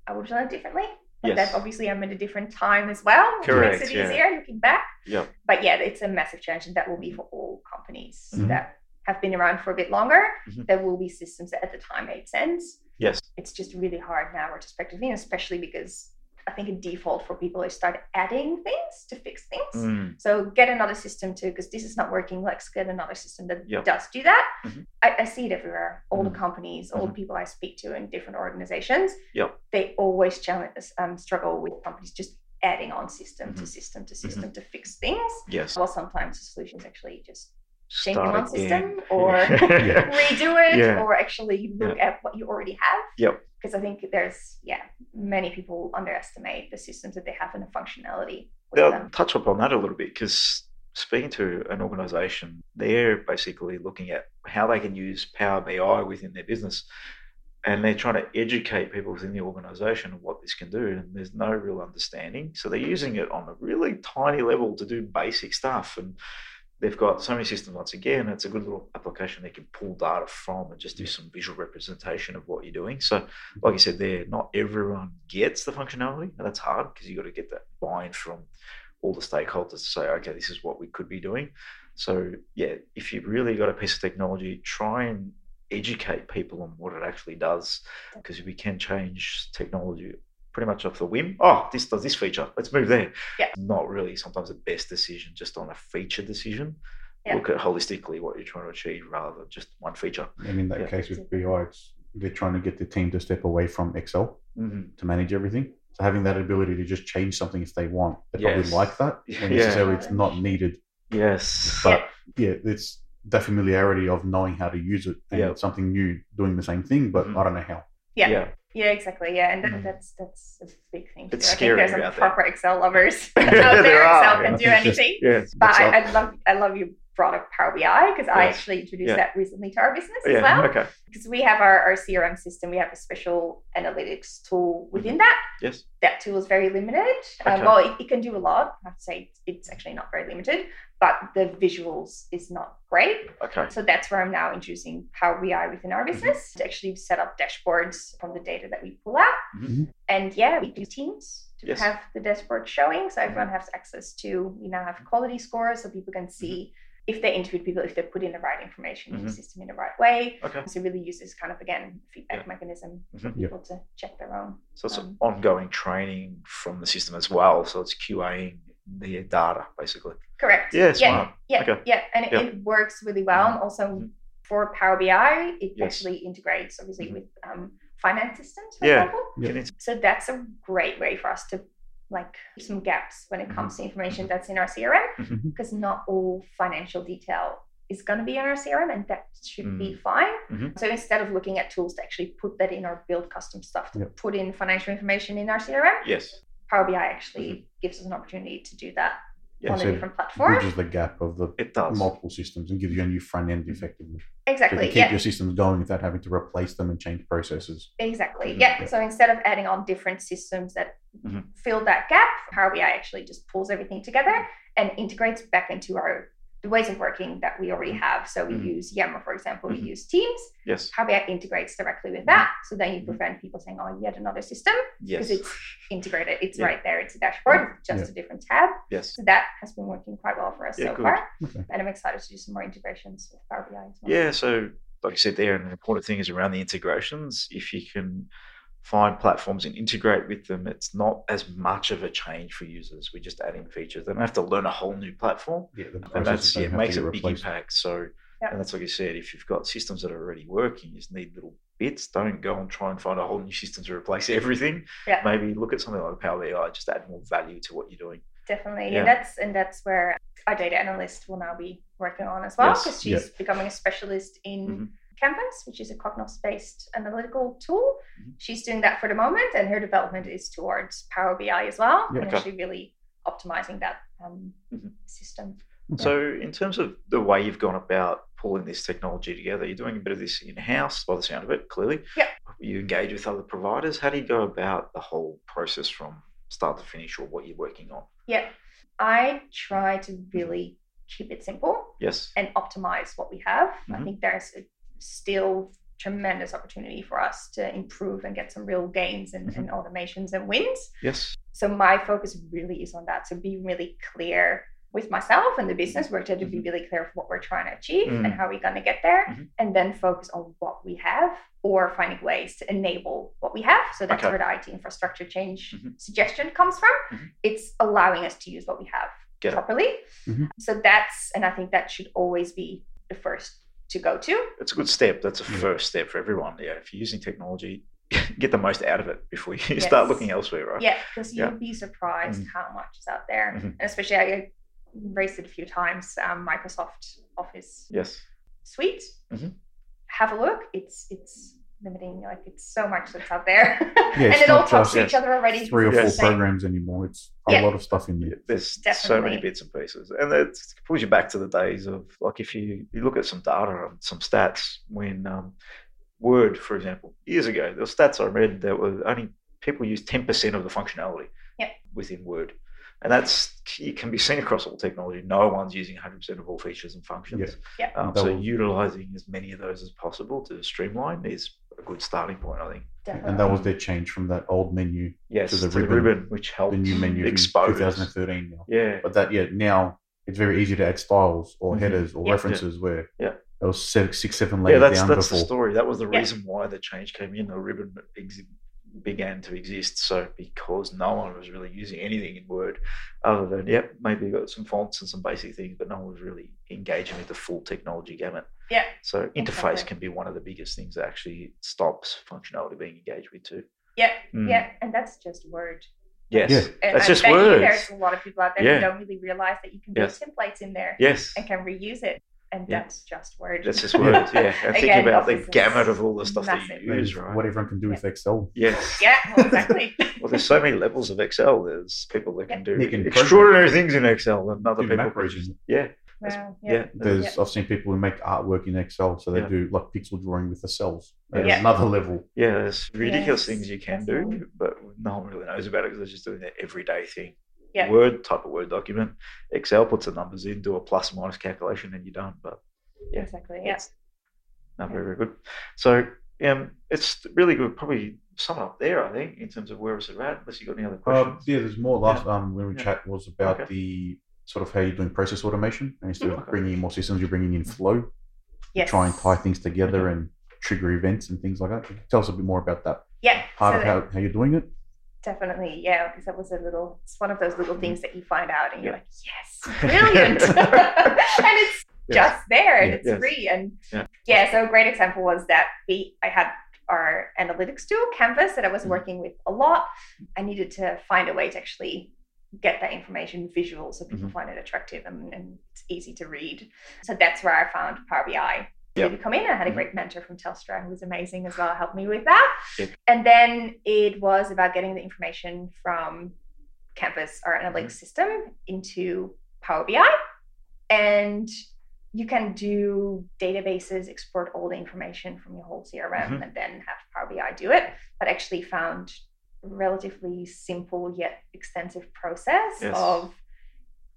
I would have done it differently. But
Yes.
that obviously I'm at a different time as well. which
Correct,
Makes it
yeah.
easier looking back.
Yeah.
But yeah, it's a massive change, and that will be for all companies
Mm-hmm.
Mhm.
that have been around for a bit longer.
Mhm.
There will be systems that at the time made sense.
Yes.
It's just really hard now retrospectively, and especially because I think a default for people is start adding things to fix things.
Mm.
So get another system too, because this is not working. Let's get another system that
Yep.
does do that.
Mhm.
I, I see it everywhere. All the companies, all
Mhm.
the people I speak to in different organizations,
Yep.
they always challenge, um, struggle with companies just adding on system
Mm-hmm.
to system to system to fix things.
Yes.
Well, sometimes the solution is actually just change
Start
one
again.
system or
Yeah.
redo it
Yeah.
or actually look at what you already have.
Yep.
Because I think there's, yeah, many people underestimate the systems that they have and the functionality with
Now,
them.
touch upon that a little bit because speaking to an organization, they're basically looking at how they can use Power BI within their business. And they're trying to educate people within the organization of what this can do. And there's no real understanding. So they're using it on a really tiny level to do basic stuff. And they've got so many systems once again. It's a good little application they can pull data from and just do some visual representation of what you're doing. So like you said there, not everyone gets the functionality, and that's hard because you've got to get that buy-in from all the stakeholders to say, okay, this is what we could be doing. So yeah, if you've really got a piece of technology, try and educate people on what it actually does, because we can change technology pretty much off the whim. Oh, this does this feature. Let's move there.
Yeah.
Not really sometimes the best decision, just on a feature decision.
Yeah.
Look at holistically what you're trying to achieve rather than just one feature.
And in that
Yeah.
case with BI, it's, they're trying to get the team to step away from Excel
Mm-hmm.
to manage everything. So having that ability to just change something if they want, they
Yes.
probably like that. When
Yeah.
necessarily it's not needed,
Yes.
but yeah, it's that familiarity of knowing how to use it and
Yeah.
it's something new, doing the same thing, but
Mhm.
I don't know how.
Yeah. yeah.
yeah.
exactly. Yeah, and that,
Mm.
that's that's a big thing.
It's
too.
scary
I think
out
there's some
there.
proper Excel lovers out
There
there.
are,
Excel
yeah.
can do
It's just-
anything.
Yeah.
But
Excel-
I, I love I love you brought up Power BI because I
Yes.
actually introduced
Yeah. Oh,
that recently to our business as
Yeah.
well.
Okay.
Because we have our, our CRM system, we have a special analytics tool within that.
Yes.
That tool is very limited. Um,
Okay.
well, it, it can do a lot. I have to say it's actually not very limited, but the visuals is not great.
Okay.
So that's where I'm now introducing Power BI within
Mm-hmm.
our business to actually set up dashboards from the data that we pull out.
Mhm.
And yeah, we do teams to
Yes. Mm-hmm.
have the dashboard showing. So everyone has access to, we now have quality scores so people can see
Mm-hmm.
if they interviewed people, if they put in the right information in the
Mhm.
system in the right way.
Okay.
So really use this kind of, again, feedback mechanism for
Mhm.
Yeah.
people to check their own.
So it's
Um,
ongoing training from the system as well. So it's QAing the data basically.
Correct.
Yeah,
yeah,
smart.
yeah,
Okay.
yeah, and it,
Yeah.
it works really well. And also
Mhm.
for Power BI, it
Yes.
actually integrates obviously
Mhm.
with um, finance systems, for
Yeah.
example.
Yeah.
Can it-
So that's a great way for us to like some gaps when it comes to information
Mm-hmm.
that's in our CRM
Mhm.
because not all financial detail is going to be in our CRM and that should be fine.
Mhm.
So instead of looking at tools to actually put that in or build custom stuff to
Yep.
put in financial information in our CRM,
Yes.
Power BI actually gives us an opportunity to do that
Mm-hmm. Yeah,
on
so
a different platform.
Bridges the gap of the
It does.
multiple systems and gives you a new front end effectively. So you
Exactly.
keep
Yeah.
your systems going without having to replace them and change processes.
Exactly.
Mhm.
Yeah. So instead of adding on different systems that
Mhm. Mm-hmm.
fill that gap, Power BI actually just pulls everything together and integrates back into our the ways of working that we already have. So we
Mhm.
use Yammer, for example,
Mhm.
we use Teams.
Yes.
Power BI integrates directly with that. So then you prevent people saying, oh, yet another system,
Mm-hmm. Yes.
because it's integrated. It's
Yeah.
right there. It's a dashboard, it's just a different tab.
Yes.
So that has been working quite well for us
Yeah,
so
good.
far.
Okay.
And I'm excited to do some more integrations with Power BI as well.
Yeah. So, like you said there, an important thing is around the integrations. If you can find platforms and integrate with them, it's not as much of a change for users. We're just adding features. They don't have to learn a whole new platform.
Yeah, the
and
processes
that's
don't
yeah,
have to
makes
be
a big
replaced.
impact. So,
Yeah.
and that's like you said, if you've got systems that are already working, you just need little bits. Don't go and try and find a whole new system to replace everything.
Yeah.
Maybe look at something like Power BI, just add more value to what you're doing.
Definitely.
Yeah.
And that's and that's where our data analyst will now be working on as well
Yes,
because she's becoming a specialist in
Mhm.
Canvas, which is a Cognos-based analytical tool.
Mhm.
She's doing that for the moment, and her development is towards Power BI as well,
Yeah,
and
okay.
actually really optimizing that um,
Mhm.
system.
Okay.
So, in terms of the way you've gone about pulling this technology together, you're doing a bit of this in house by the sound of it, clearly.
Yeah.
You engage with other providers. How do you go about the whole process from start to finish or what you're working on?
Yeah, I try to really keep it simple
Yes.
and optimize what we have. I
Mhm.
think there's a still tremendous opportunity for us to improve and get some real gains and,
Mm-hmm.
and automations and wins.
Yes.
So my focus really is on that. So be really clear with myself and the business. We're trying to be
Mhm.
really clear of what we're trying to achieve
Mm.
and how we're going to get there,
Mhm.
and then focus on what we have or finding ways to enable what we have. So that's
Okay.
where the IT infrastructure change
Mhm.
suggestion comes from.
Mhm.
It's allowing us to use what we have
Get it. Mm-hmm.
properly.
Mhm.
So that's, and I think that should always be the first to go to.
It's a good step. That's a
Yeah.
first step for everyone. Yeah. If you're using technology, get the most out of it before you start
Yes.
looking elsewhere, right?
Yeah, because
Yeah.
you'd be surprised
Mm.
how much is out there,
Mhm.
and especially I I raced it a few times. Um, Microsoft Office
Yes.
suite.
Mhm.
Have a look. It's it's limiting. Like it's so much that's out there, and
it's
it all
not
talks to
just
each other already.
three or
It's
four
the same.
programs anymore. It's a
Yeah.
lot of stuff in there.
There's so
Definitely.
many bits and pieces, and it pulls you back to the days of like if you, you look at some data and some stats when um, Word, for example, years ago, there were stats I read that were only people use ten percent of the functionality
Yep.
within Word, and that's it can be seen across all technology. No one's using hundred percent of all features and functions.
Yep.
Um,
That
so
will-
utilizing as many of those as possible to streamline is a good starting point, I think.
Definitely.
And that was their change from that old menu,
Yes,
the
to the
ribbon.
ribbon, which helps.
the new menu in
Exposed.
2013 now.
Yeah,
But that, yeah, now it's very easy to add styles or
Mhm.
headers or
Yeah.
references where
Yeah.
it was six, six seven
yeah,
layers
that's
down
that's the
before.
story. That was the
Yeah.
reason why the change came in. The ribbon ex- began to exist. So because no one was really using anything in Word, other than yep, maybe you got some fonts and some basic things, but no one was really engaging with the full technology gamut.
Yeah.
So interface
Exactly.
can be one of the biggest things that actually stops functionality being engaged with too.
yeah,
Mm.
yeah, and that's just word.
Yes.
Yeah.
And
That's
I
just
bet you
words.
There's a lot of people out there
Yeah.
who don't really realize that you can build
Yes.
templates in there
Yes.
and can reuse it, and
Yeah.
that's just word.
That's just words. Yeah. And think
Again,
about the
office is
gamut of all the stuff that
massive.
you use, right?
What everyone can do with Excel.
Yes.
yeah, well, exactly.
Well, there's so many levels of Excel. There's people that can do
They can program.
extraordinary things in Excel, and other
Do
people.
map regions.
Yeah,
Wow,
yeah.
yeah.
There's I've seen people who make artwork in Excel, so they
Yeah.
do like pixel drawing with the cells. That's
Yeah.
another level.
Yeah, there's ridiculous
Yes,
things you can
definitely.
do, but no one really knows about it because they're just doing their everyday thing.
Yeah.
Word type of Word document. Excel puts the numbers in, do a plus minus calculation, and you're done. But Yeah.
Exactly. Yeah.
it's not very, very good. So um, it's really good. Probably sum it up there, I think, in terms of where it's at, unless you've got any other
Uh,
questions.
yeah, there's more. Last um, when we
Yeah.
chat was about
Okay.
the sort of how you're doing process automation, and instead
Mhm.
of bringing in more systems, you're bringing in
Mm-hmm.
flow.
Yes.
try and tie things together and trigger events and things like that. Tell us a bit more about that
Yeah.
part
so
of
that-
how, how you're doing it.
Definitely, yeah, because that was a little, it's one of those little things that you find out and you're
Yeah.
like, yes, brilliant. and it's
Yes.
just there and
Yeah.
it's
Yes.
free. And
Yeah.
yeah. so a great example was that we, I had our analytics tool, Canvas, that I was
Mhm.
working with a lot. I needed to find a way to actually get that information visual so people
Mhm.
find it attractive and, and it's easy to read. So that's where I found Power BI.
Yep.
Really come in. I had a
Mhm.
great mentor from Telstra who was amazing as well, helped me with that.
Yep.
And then it was about getting the information from Canvas, our analytics system, into Power BI. And you can do databases, export all the information from your whole CRM,
Mhm.
and then have Power BI do it. But actually found relatively simple yet extensive process
Yes.
of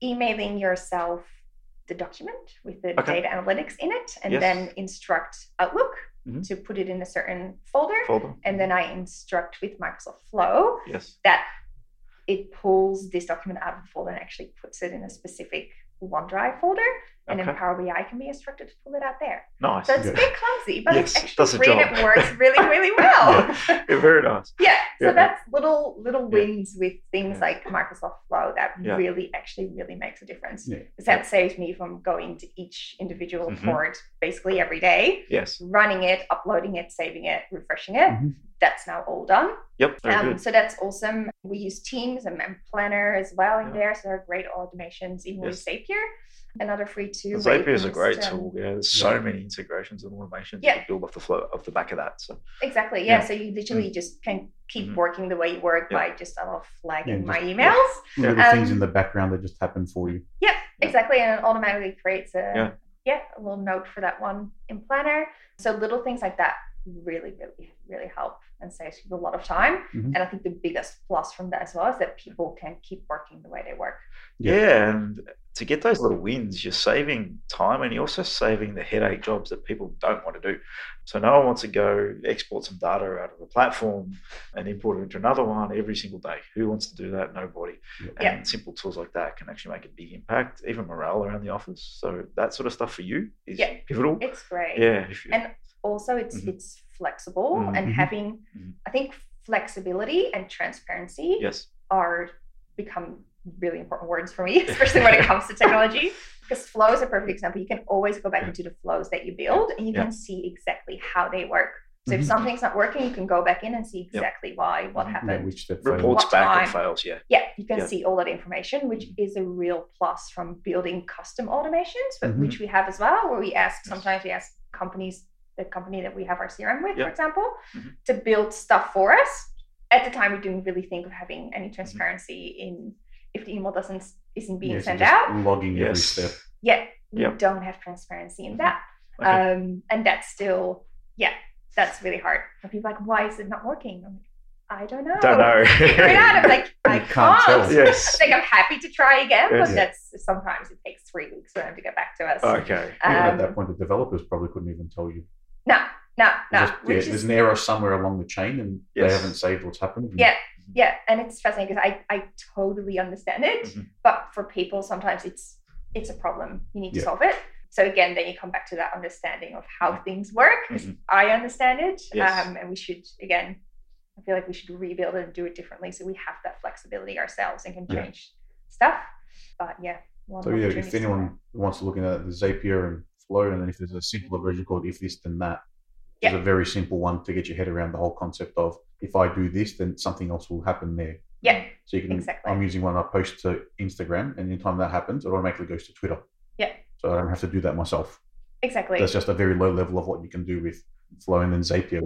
emailing yourself the document with the
Okay.
data analytics in it and
Yes.
then instruct Outlook
Mhm.
to put it in a certain folder.
folder.
And then I instruct with Microsoft Flow
Yes.
that it pulls this document out of the folder and actually puts it in a specific OneDrive folder. And
Okay.
then Power BI can be instructed to pull it out there.
Nice.
So it's a
Yeah.
bit clumsy, but
Yes,
it's
does the
actually great.
job.
It works really, really well. yeah.
Yeah, very nice.
So
Yeah.
that's little little wins with things
Yeah.
like Microsoft Flow that
Yeah.
really actually really makes a difference.
Yeah.
Because that saves me from going to each individual
Mhm.
port basically every day,
Yes.
running it, uploading it, saving it, refreshing it.
Mhm.
That's now all done.
Yep. Mm-hmm. Very
Um,
good.
so that's awesome. We use Teams and, and Planner as well in
Yeah.
there. So there are great automations, even with Zapier, another free tool. where you
Zapier
can
is a great
just, um,
tool. Yeah, there's so
Yeah.
many integrations and automations
Yeah.
you can build off the flow off the back of that. So
Exactly. Yeah.
Yeah.
So you literally just can keep
Mhm.
working the way you work
Yeah.
by just sort of flagging
Yeah,
my
just-
emails.
yeah. Little
Um,
things in the background that just happen for you.
Yep.
Yeah.
Exactly. And it automatically creates a
Yeah.
yeah. a little note for that one in Planner. So little things like that really, really, really help and saves you a lot of time.
Mhm.
And I think the biggest plus from that as well is that people can keep working the way they work.
yeah.
Yeah.
and to get those little wins, you're saving time and you're also saving the headache jobs that people don't want to do. So no one wants to go export some data out of a platform and import it into another one every single day. Who wants to do that? Nobody.
Yeah.
And simple tools like that can actually make a big impact, even morale around the office. So that sort of stuff for you is
Yeah.
pivotal.
It's great.
Yeah. if you-
And also it's
Mhm.
it's flexible and
Mhm.
having
Mhm.
I think flexibility and transparency
yes.
are become really important words for me, especially when it comes to technology. Because flow is a perfect example. You can always go back
Yeah.
into the flows that you build and you
Yeah. Mm-hmm.
can see exactly how they work. So
Mhm.
if something's not working, you can go back in and see
Yep.
exactly why, what
Mhm.
Yeah,
happened.
which step
Reports
What
back and
time?
fails. Yeah.
Yeah, you can
Yeah. Mm-hmm.
see all that information, which is a real plus from building custom automations, but
Mhm.
which we have as well, where we ask
Mm-hmm. Yes.
sometimes we ask companies, the company that we have our CRM with,
Yeah.
for example,
Mhm.
to build stuff for us. At the time, we didn't really think of having
Mm-hmm.
any transparency in if the email doesn't isn't being
Yes,
sent
just
out.
Logging every
Yes.
step.
Yet we
Yeah.
don't have transparency in
Mhm.
that,
Okay.
um, and that's still yeah, that's really hard. And people are like, why is it not working? I'm like, I don't know.
Don't know.
Figure it out. I'm like, I
You can't tell.
can't.
yes.
It's like I'm happy to try again, but
Yes.
that's sometimes it takes three weeks for them to get back to us.
Okay.
Even
Um,
at that point, the developers probably couldn't even tell you.
No, no, no.
Just- yeah,
which
there's
is
an error somewhere along the chain, and
Yes.
they haven't saved what's happened.
Yeah. yeah, and it's fascinating because I I totally understand it,
Mm-hmm.
Mhm.
but for people sometimes it's it's a problem. You need to
Yeah.
solve
Mm-hmm.
it. So again, then you come back to that understanding of how things work. 'cause
Mhm.
I understand it,
Yes.
um, and we should again. I feel like we should rebuild it and do it differently, so we have that flexibility ourselves and can
Yeah.
change stuff. But yeah. one
So yeah,
opportunity
if
to learn.
anyone wants to look into that, the Zapier and Flow, and then if there's a simpler version called If This Then That, there's a very simple one to get your head around the whole concept of if I do this, then something else will happen there.
yeah,
So you can.
Exactly.
I'm using one I post to Instagram, and anytime that happens, it automatically goes to Twitter.
Yeah.
So I don't have to do that myself.
exactly.
That's just a very low level of what you can do with Flow, and then Zapier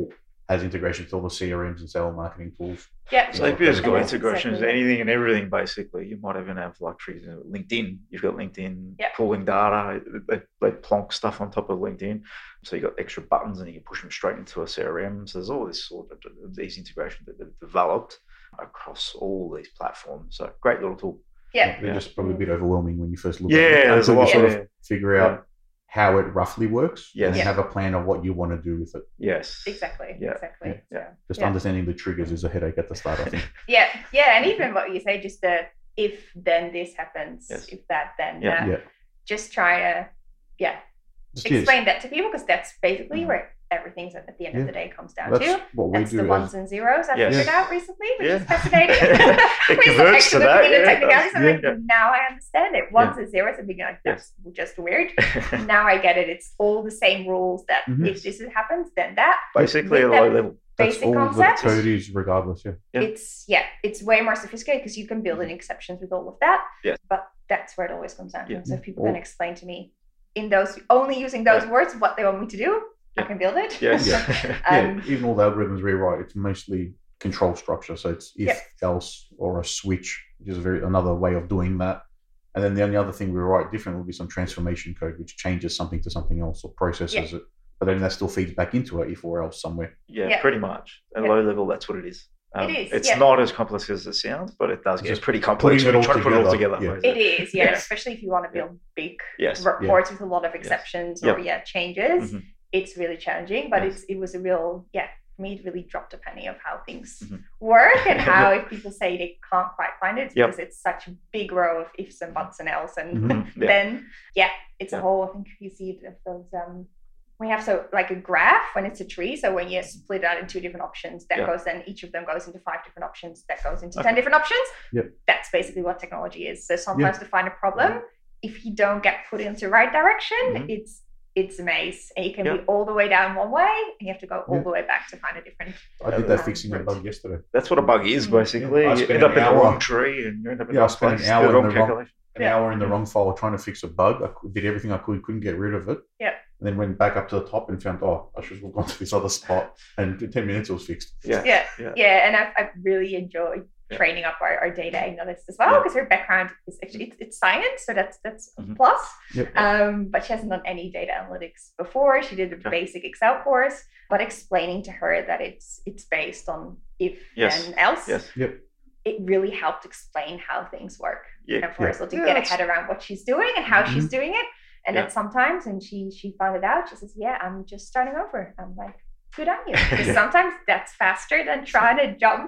has integration to all the CRMs and sales marketing tools.
yeah,
So if you've got
Yeah,
integrations,
exactly.
anything and everything, basically, you might even have luxuries. you know, LinkedIn, you've got LinkedIn
Yep.
pulling data. They, they plonk stuff on top of LinkedIn, so you've got extra buttons and you can push them straight into a CRM. So there's all this sort of these integrations that they've developed across all these platforms. So great little tool.
yeah,
They're
Yeah.
just probably a bit overwhelming when you first look
Yeah,
at it.
there's a
until
lot
you sort
there.
of figure out how it roughly works
Yes.
and
Yeah.
have a plan of what you want to do with it.
Yes,
exactly,
Yeah,
exactly.
yeah,
So, Yeah.
Just
yeah.
understanding the triggers is a headache at the start, I think.
yeah, and even what you say, just the if then this happens,
Yes.
if that then
Yeah.
that.
Yeah.
Just try to yeah
Just yes.
explain that to people because that's basically
Mhm.
where everything's at, at the end of
Yeah.
the day comes down
That's
to.
what we
That's the
do.
ones
As,
and zeros I
Yes.
figured
Yeah.
out recently, which is
Yeah.
fascinating.
It
We started
converts to
actually looking
that,
into
yeah,
technicalities,
that's-
I'm like,
yeah.
now I understand it. Ones and zeros, I'm being like, that's just weird. now I get it. It's all the same rules that
Mhm.
if this happens, then that.
basically a
With that-
low level.
that's
basic
all
concepts.
the code is, regardless. Yeah.
Yeah. Mm-hmm.
It's yeah, it's way more sophisticated because you can build in exceptions with all of that.
Yes.
But that's where it always comes down to.
Yeah.
So if people
Or-
can explain to me in those only using those words what they want me to do, I
Yeah.
can build it.
Yes.
um,
yeah. Even all the algorithms rewrite, it's mostly control structure. So it's if,
Yeah.
else, or a switch, which is a very another way of doing that. And then the only other thing we write different will be some transformation code, which changes something to something else or processes it. But then that still feeds back into it if or else somewhere.
yeah,
Yeah.
pretty much. At
Yeah.
low level, that's what it is. Um,
It is,
It's
yeah.
not as complex as it sounds, but it does get
Just
pretty complex
it
when you
all
try to put it all
together,
together.
yeah.
basically.
It is, yeah,
Yes.
especially if you want to build big
Yes.
reports with a lot of exceptions or
Yep.
yeah changes.
Mhm.
It's really challenging, but
Yes.
it's it was a real yeah. For me, it really dropped a penny of how things
Mhm.
work and
Yeah.
how if people say they can't quite find it, it's
Yep.
because it's such a big row of ifs and buts and else, and
Mhm.
Mm-hmm. Yeah.
then yeah, it's
Yeah.
a whole. I think you see it of those. Um, we have so like a graph when it's a tree. So when you split it out into different options, that
Mm-hmm. Yeah.
goes then each of them goes into five different options. That goes into
Okay.
ten different options.
Yep.
That's basically what technology is. So sometimes to find a problem,
Mm-hmm.
if you don't get put into the right direction,
Mhm.
it's it's a maze, and you can be
Yeah.
all the way down one way, and you have to go all
Yeah.
the way back to find a different.
I did that fixing a bug yesterday.
That's what a bug is,
Mm.
basically.
I
You
spent
end up
an
in the
hour-
wrong tree and you end up in the
Yeah, I
wrong
spent an
place,
hour
the
in
wrong
the wrong-
calculation.
An
Yeah.
hour in the wrong file trying to fix a bug. I cou- did everything I could, couldn't get rid of it.
Yeah.
And then went back up to the top and found, oh, I should have gone to this other spot. And in 10 minutes it was fixed.
Yeah.
Yeah,
Yeah.
yeah, and I've, I've really enjoyed
Yeah.
training up our, our data analyst as well
Yeah.
because her background is actually it's, it's science, so that's that's a
Mhm.
plus.
Yep.
Um, but she hasn't done any data analytics before. She did a
Okay.
basic Excel course, but explaining to her that it's it's based on if
Yes.
and else,
Yes.
it really helped explain how things work.
Yeah.
and for us to
Yeah,
get her
that's-
head around what she's doing and how she's doing it. And
Yeah.
then sometimes, and she she found it out. She says, "Yeah, I'm just starting over." I'm like, "Good on you." Because
Yeah.
sometimes that's faster than trying to jump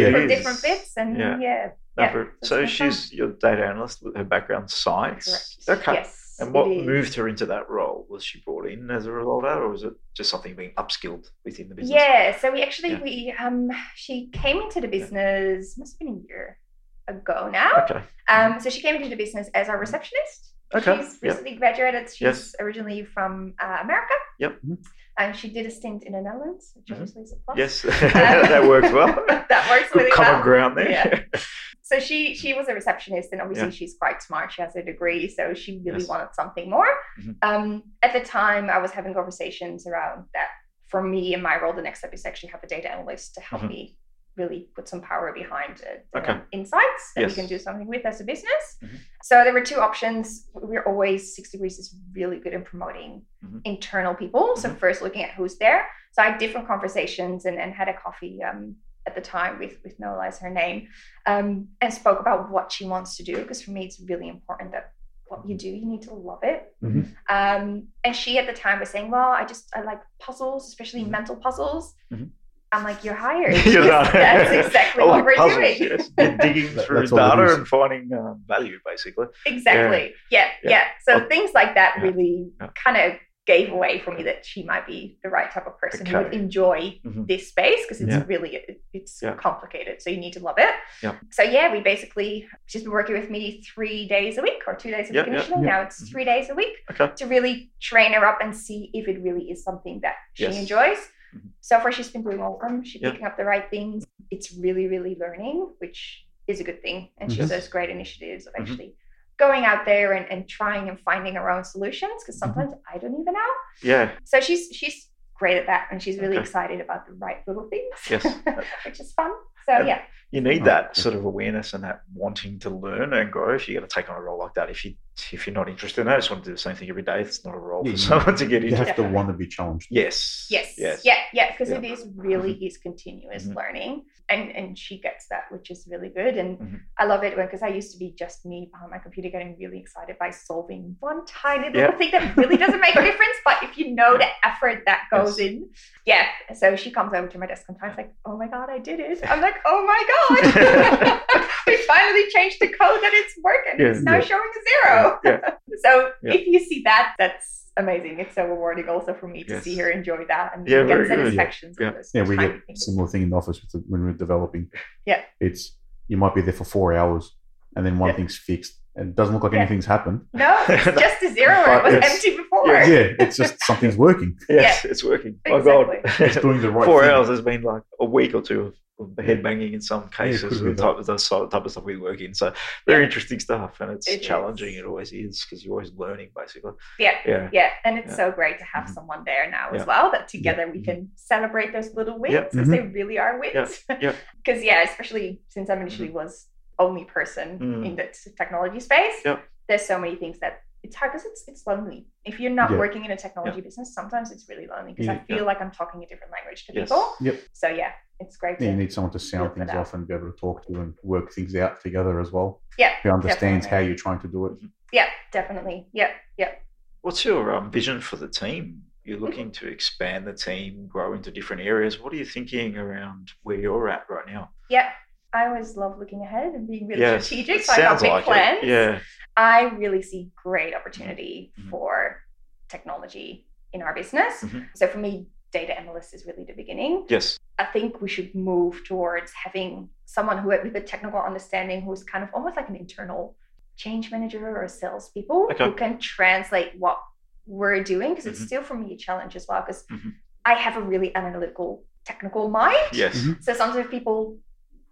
Yeah.
from
is.
different bits. And
Yeah.
yeah,
No,
yeah,
but-
that's
so
my
she's your data analyst with her background science.
correct.
Okay.
Yes.
And what
it is.
moved her into that role? Was she brought in as a result of that, or was it just something being upskilled within the business?
Yeah. So we actually
Yeah.
we um she came into the business must have been a year ago now.
Okay.
Um, so she came into the business as our receptionist.
Okay.
She's
Yeah.
recently graduated. She's
Yes.
originally from uh, America.
Yep. mm-hmm.
Mhm.
And she did a stint in the Netherlands, which
Mhm.
obviously is a plus.
Yes. that works well.
that works
Good
really
common
well.
ground there.
Yeah. So she she was a receptionist, and obviously she's quite smart. She has a degree, so she really
Yes.
wanted something more.
Mhm.
Um, at the time, I was having conversations around that. For me, in my role, the next step is to actually have a data analyst to help
Mhm.
me really put some power behind uh, the
Okay.
insights that
Yes.
we can do something with as a business.
Mhm.
So there were two options. We're always Six Degrees is really good in promoting
Mhm.
internal people. So
Mm-hmm.
first, looking at who's there. So I had different conversations and, and had a coffee um, at the time with with Nola as her name, um, and spoke about what she wants to do because for me it's really important that what you
Mm-hmm.
do you need to love it.
Mhm.
Um, and she at the time was saying, "Well, I just I like puzzles, especially
Mhm.
mental puzzles."
Mhm.
I'm like, "You're hired."
You're not-
That's exactly
I
what
like
we're
puzzles,
doing.
yes. You're digging
That-
through
that's all it
data
is.
and finding um, value, basically.
Exactly. Yeah.
Yeah.
Yeah. So
Oh.
things like that
Yeah.
really
Yeah.
kind of gave away for me that she might be the right type of person who would
Okay.
enjoy
Mhm.
this space because it's
Yeah.
really it- it's
Yeah.
complicated. So you need to love it.
Yeah.
So yeah, we basically she's been working with me three days a week or two days a
Yeah,
week
yeah,
initially.
yeah.
Now it's
Mhm.
three days a week
Okay.
to really train her up and see if it really is something that she
Yes.
enjoys.
Mhm.
So far, she's been doing all of them. She's
Yeah.
picking up the right things. It's really, really learning, which is a good thing. And she
Mhm.
does great initiatives of
Mhm.
actually going out there and, and trying and finding her own solutions because
Mm-hmm.
sometimes I don't even know.
Yeah.
So she's she's great at that, and she's really
Okay.
excited about the right little things,
Yes.
which is fun. So
And-
yeah,
you need
Oh,
that
cool.
sort of awareness and that wanting to learn and grow if you're going to take on a role like that. If you if you're not interested in it, I just want to do the same thing every day. It's not a role for
Yeah, you-
someone to get
You
into.
have to want to be challenged.
Yes.
yes,
Yes.
yeah, yeah, because
Yeah. Mm-hmm.
it is really is continuous
Mhm.
learning, and and she gets that, which is really good, and
Mhm.
I love it because I used to be just me behind my computer getting really excited by solving one tiny little
Yeah.
thing that really doesn't make a difference, but if you know the effort that goes
Yes.
in, yeah. So she comes over to my desk sometimes like, oh my god, I did it. I'm like, oh my god, we finally changed the code that it's working. it's
Yeah.
now
Yeah.
showing a zero.
Yeah.
So
Yeah.
if you see that, that's amazing. It's so rewarding also for me to
Yes.
see her enjoy that and
Yeah,
get
very good.
satisfaction.
Yeah.
from those
Yeah, we
tiny
get
things.
similar thing in the office with the, when we're developing.
Yeah.
It's you might be there for four hours and then one
Yeah.
thing's fixed and it doesn't look like
Yeah.
anything's happened.
No, it's just a zero.
But
It was
it's-
empty before.
Yeah.
Yeah, it's just something's working.
Yes, it's working.
It's
Oh God.
doing the right
Four
thing.
hours has been like a week or two of of head banging in some
Yeah, it
cases,
could
the
be
type of the sort of type of stuff we work in. So very interesting stuff, and it's
It
challenging.
is.
It always is because you're always learning, basically.
Yeah.
Yeah.
Yeah, and it's
Yeah.
so great to have
Mhm.
someone there
Yeah.
now
Mm-hmm.
as well. That together we
Mhm.
can celebrate those little wins
Yeah. Mm-hmm.
because they really are wins.
Yeah. Mm-hmm.
Because yeah. especially since I'm initially was only person
Mm.
in the t- technology space.
Yeah.
There's so many things that it's hard because it's it's lonely. If you're not
Yeah.
working in a technology business, sometimes it's really lonely because
Yeah.
I feel like I'm talking a different language to
Yes.
people.
Yep.
So yeah, it's great.
Yeah, you
to-
need someone to sound
Work it
things
out.
off and be able to talk to and work things out together as well.
Yeah,
Who understands
definitely.
how you're trying to do it.
yeah, definitely. Yeah, yeah.
What's your um, vision for the team? You're looking to expand the team, grow into different areas. What are you thinking around where you're at right now?
Yeah. I always love looking ahead and being really
Yes,
strategic.
it
So I have big plans.
it. Yeah.
I really see great opportunity
Mhm.
for technology in our business.
Mhm.
So for me, data analyst is really the beginning.
Yes.
I think we should move towards having someone who with a technical understanding who's kind of almost like an internal change manager or salespeople
Okay.
who can translate what we're doing because it's
Mhm.
still for me a challenge as well because
Mhm.
I have a really analytical technical mind.
Yes.
Mhm.
So sometimes people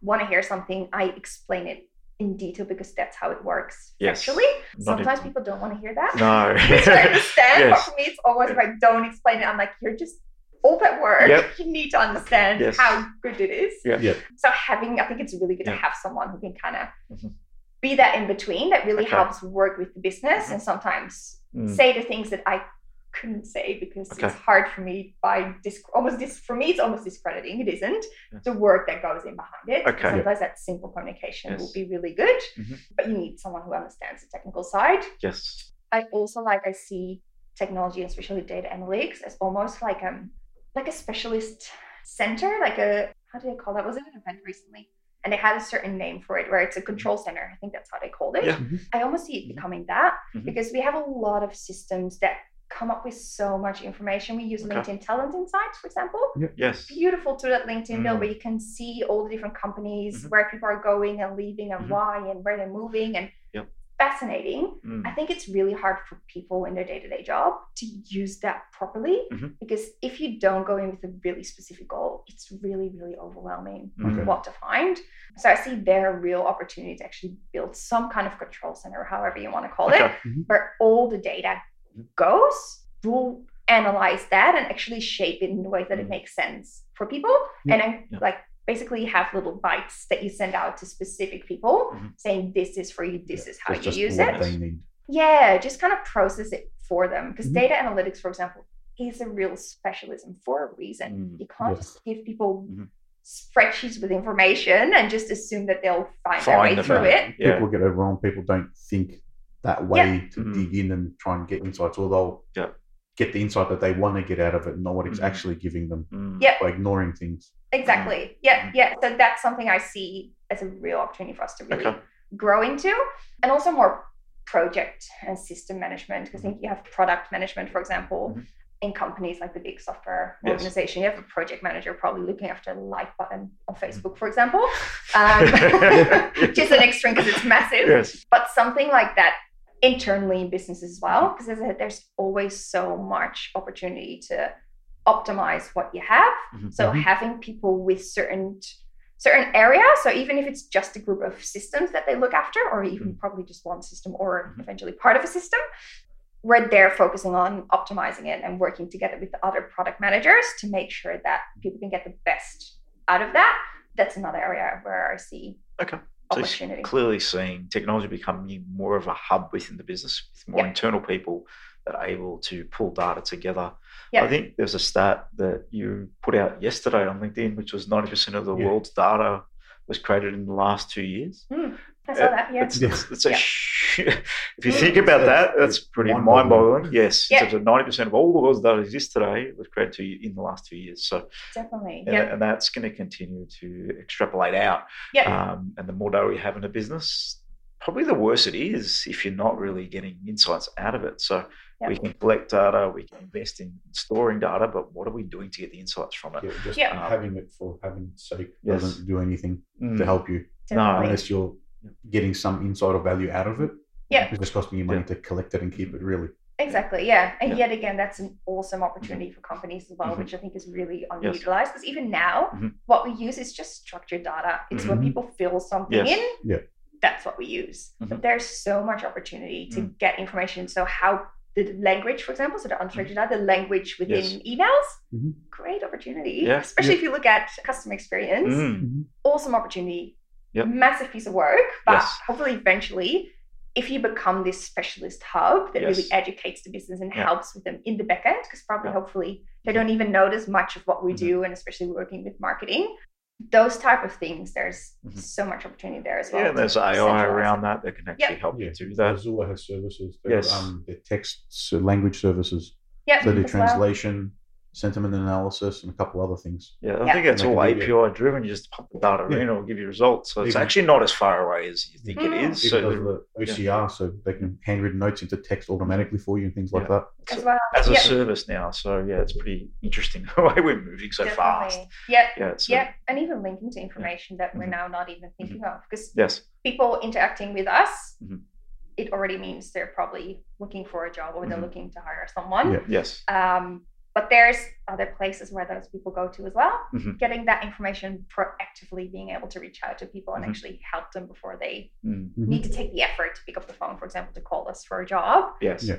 want to hear something, I explain it in detail because that's how it works.
Yes.
Actually,
Not
sometimes
in-
people don't want to hear that.
No.
Which I understand, but
Yes.
for me, it's always if I don't explain it, I'm like, you're just all that work.
Yep.
You need to understand
Yes.
how good it is.
Yeah.
Yeah.
So having, I think it's really good
Yeah.
to have someone who can kind of
Mhm.
be that in between that really
Okay.
helps work with the business
Mhm.
and sometimes
Mm.
say the things that I couldn't say because
Okay.
it's hard for me by dis- almost dis- for me it's almost discrediting it isn't
Yeah.
the work that goes in behind it
Okay. Yeah.
sometimes that simple communication
Yes.
will be really good
Mhm.
but you need someone who understands the technical side
Yes.
I also like I see technology, especially data analytics, as almost like um like a specialist center, like a how do they call that? Was it an event recently? And they had a certain name for it, where it's a control center. I think that's how they called it.
Mm-hmm. Yeah.
Mhm.
I almost see
Mhm.
it becoming that
Mhm.
because we have a lot of systems that come up with so much information. We use
Okay.
LinkedIn Talent Insights, for example.
Yes.
Beautiful tool that LinkedIn built,
Mm.
where you can see all the different companies,
Mhm.
where people are going and leaving, and
Mhm.
why, and where they're moving, and
Yep.
fascinating. I
Mm.
think it's really hard for people in their day to day job to use that properly
Mm-hmm.
Mhm.
because if you don't go in with a really specific goal, it's really, really overwhelming
Mm.
what to find. So I see there a real opportunity to actually build some kind of control center, however you want to call it,
Okay.
where all the data goes, we'll analyze that and actually shape it in a way that
Mhm.
it makes sense for people.
Mm. Yeah.
And then
Yeah.
like basically have little bites that you send out to specific people
Mhm.
saying this is for you, this
Mm-hmm. Yeah.
is how
It's
you
just
use
what
it
They need.
yeah just kind of process it for them because
Mm-hmm.
Mhm.
data analytics for example is a real specialism for a reason
Mm,
you can't
yes.
just give people
Mhm.
spreadsheets with information and just assume that they'll find, their way
Find the
through
value.
it
Yeah.
People get overwhelmed. People don't think that way to
Mhm.
dig in and try and get insights, or they'll
Yeah.
get the insight that they want to get out of it, not what it's
Mhm.
actually giving them
Mm.
Yeah.
by ignoring things.
exactly yeah
Mhm.
yeah so that's something i see as a real opportunity for us to really
Okay.
grow into and also more project and system management because i think you have product management for example
Mhm.
in companies like the big software
Yes.
organization you have a project manager probably looking after the like button on facebook for example um, which is an extreme because it's massive
Yes.
but something like that internally in business as well because as I said, there's always so much opportunity to optimize what you have
Mhm.
so
Mhm.
having people with certain certain areas so even if it's just a group of systems that they look after or even
Mm-hmm.
probably just one system or
Mhm.
eventually part of a system where they're focusing on optimizing it and working together with the other product managers to make sure that people can get the best out of that that's another area where i see
Okay. So it's
opportunity
clearly seeing technology becoming more of a hub within the business with more
Yeah.
internal people that are able to pull data together.
Yeah.
I think there's a stat that you put out yesterday on LinkedIn, which was 90% of the
Yeah.
world's data was created in the last two years.
Hmm, i saw that yeah
Uh, It's,
Yeah.
it's, it's a
Yeah.
hu- if you
Mm.
think about that, that's
It's-
pretty mind
mind-boggling.
boggling. Yes.
Yeah.
So the 90% of all the world's data that exists today was created to in the last two years. So
definitely
and,
yeah
and that's going to continue to extrapolate out.
yeah
Um, and the more data we have in a business, probably the worse it is if you're not really getting insights out of it. So
Yeah.
we can collect data, we can invest in storing data, but what are we doing to get the insights from it?
Yeah, just
Yeah.
having it for having its sake
Yes.
doesn't do anything
Mm.
to help you
Right.
definitely
unless you're getting some insight or value out of it.
Yeah.
It's just costing you money
Yeah.
to collect it and keep it really.
Exactly, yeah. And
Yeah.
yet again, that's an awesome opportunity for companies as well,
Mhm.
which I think is really underutilized. Because even now,
Mhm.
what we use is just structured data. It's
Mhm.
when people fill something
Mm-hmm. Yes.
in,
Yeah.
that's what we use.
Mhm.
But there's so much opportunity to
Mm. Mm-hmm.
get information. So how the language, for example, so the unstructured data, the language within emails,
Mhm.
great opportunity.
Yeah.
Especially if you look at customer experience,
Mm.
awesome opportunity,
Yep.
massive piece of work. But
Yes.
hopefully, eventually, if you become this specialist hub that
Yes.
really educates the business and
Yeah.
helps with them in the back end, because probably
Yeah.
hopefully they don't even notice much of what we
Mhm.
do, and especially working with marketing, those type of things there's
Mhm.
so much opportunity there as well
Yeah,
to
there's AI
centralize
around
it.
that that can actually
Yeah.
help you
Yeah.
do that.
Azure has services. They've got,
Yes.
um, their text so language services.
yeah
So they do
as well.
translation, sentiment analysis, and a couple other things.
Yeah, I
Yeah.
think it's
And
all
I can do
API driven. You just pop the data
Yeah.
in, it'll give you results. So it's
Even-
actually not as far away as you think it
Mm.
is. So
Even does the OCR, so they can handwritten notes into text automatically for you and things like
Yeah.
that.
as well
as a
yeah,
service now. So yeah, it's pretty interesting the way we're moving so fast.
definitely. yeah
Yeah. It's, uh,
yeah and even linking to information that we're
Mhm.
now not even thinking of because
Yes.
people interacting with us
Mm-hmm.
Mhm.
it already means they're probably looking for a job or they're
Mhm.
looking to hire someone
Mm-hmm. Yeah.
Yes.
Um, but there's other places where those people go to as well.
Mm-hmm.
Mhm.
Getting that information proactively, being able to reach out to people and
Mm-hmm.
Mhm.
actually help them before they
Mm.
Mhm.
need to take the effort to pick up the phone, for example, to call us for a job.
Yes.
Yeah.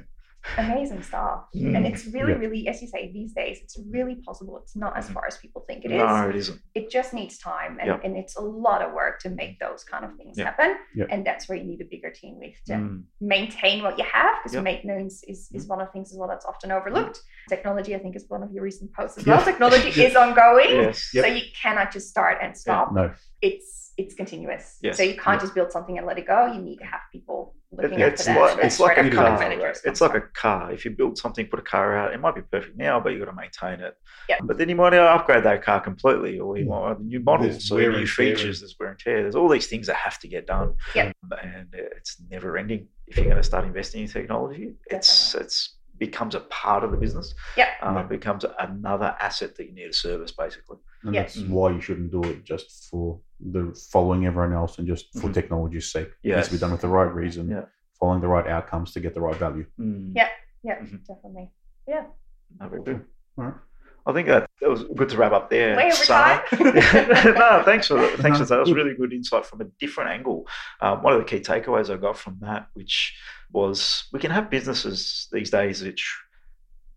Amazing stuff.
Mm.
And it's really,
Mm-hmm. Yeah. Mm-hmm.
really, as you say, these days, it's really possible. It's not as
Mhm.
far as people think it is.
no, it isn't.
It just needs time and,
Yeah.
and it's a lot of work to make those kind of things
Yeah.
happen.
Yeah.
And that's where you need a bigger team with to
Mm.
maintain what you have because
Yeah. Mm.
maintenance is, is one of the things as well that's often overlooked. Technology, I think, is one of your recent posts as
Yeah.
well. Technology
Yeah.
is ongoing.
Yes.
So you cannot just start and stop.
No,
It's it's continuous.
Yes.
So you can't
Yeah.
just build something and let it go. You need to have people
It-
looking
it's
after that.
like
That's
it's like
where
a
the
product
car.
product
right?
managers
It's
come
like a car. If you build something, put a car out, it might be perfect now, but you got to maintain it.
Yeah.
But then you might upgrade that car completely, or you
Mm.
might have a new model,
There's
so
wear
new
and tear and-
features. There's wear and tear. There's all these things that have to get done.
Yeah.
And it's never ending. If you're going to start investing in technology, it's it's becomes a part of the business.
Yeah.
Um,
Yeah.
Becomes another asset that you need to service, basically.
and
Yeah.
that's why you shouldn't do it just for the following everyone else and just for
Mhm.
technology's sake. It needs to be
Yes.
done with the right reason,
Yeah.
following the right outcomes to get the right value.
Mm.
Yeah. Yeah,
Mhm.
definitely.
No, very good.
All right.
I think that, that was good to wrap up there.
Way over
Sana.
time.
no, thanks for that. Thanks for
No,
that. That was
good.
really good insight from a different angle. Um, one of the key takeaways I got from that, which was we can have businesses these days which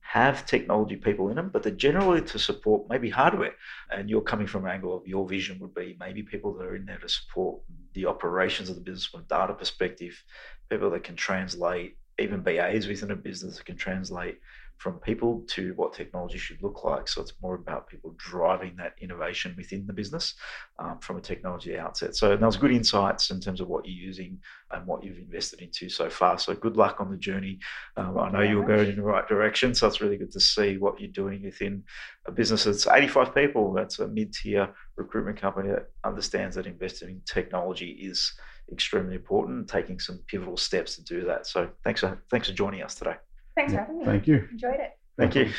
have technology people in them, but they're generally to support maybe hardware. And you're coming from an angle of your vision would be maybe people that are in there to support the operations of the business from a data perspective, people that can translate, even BAs within a business that can translate from people to what technology should look like. So it's more about people driving that innovation within the business um, from a technology outset. So and that was good insights in terms of what you're using and what you've invested into so far. So good luck on the journey. Um, I
Thank you
know
very
you're
much.
going in the right direction. So it's really good to see what you're doing within a business that's 85 people. That's a mid-tier recruitment company that understands that investing in technology is extremely important and taking some pivotal steps to do that. So thanks for, thanks for joining us today.
Thanks for
Yeah.
having me.
Thank you.
Enjoyed it.
Thank you.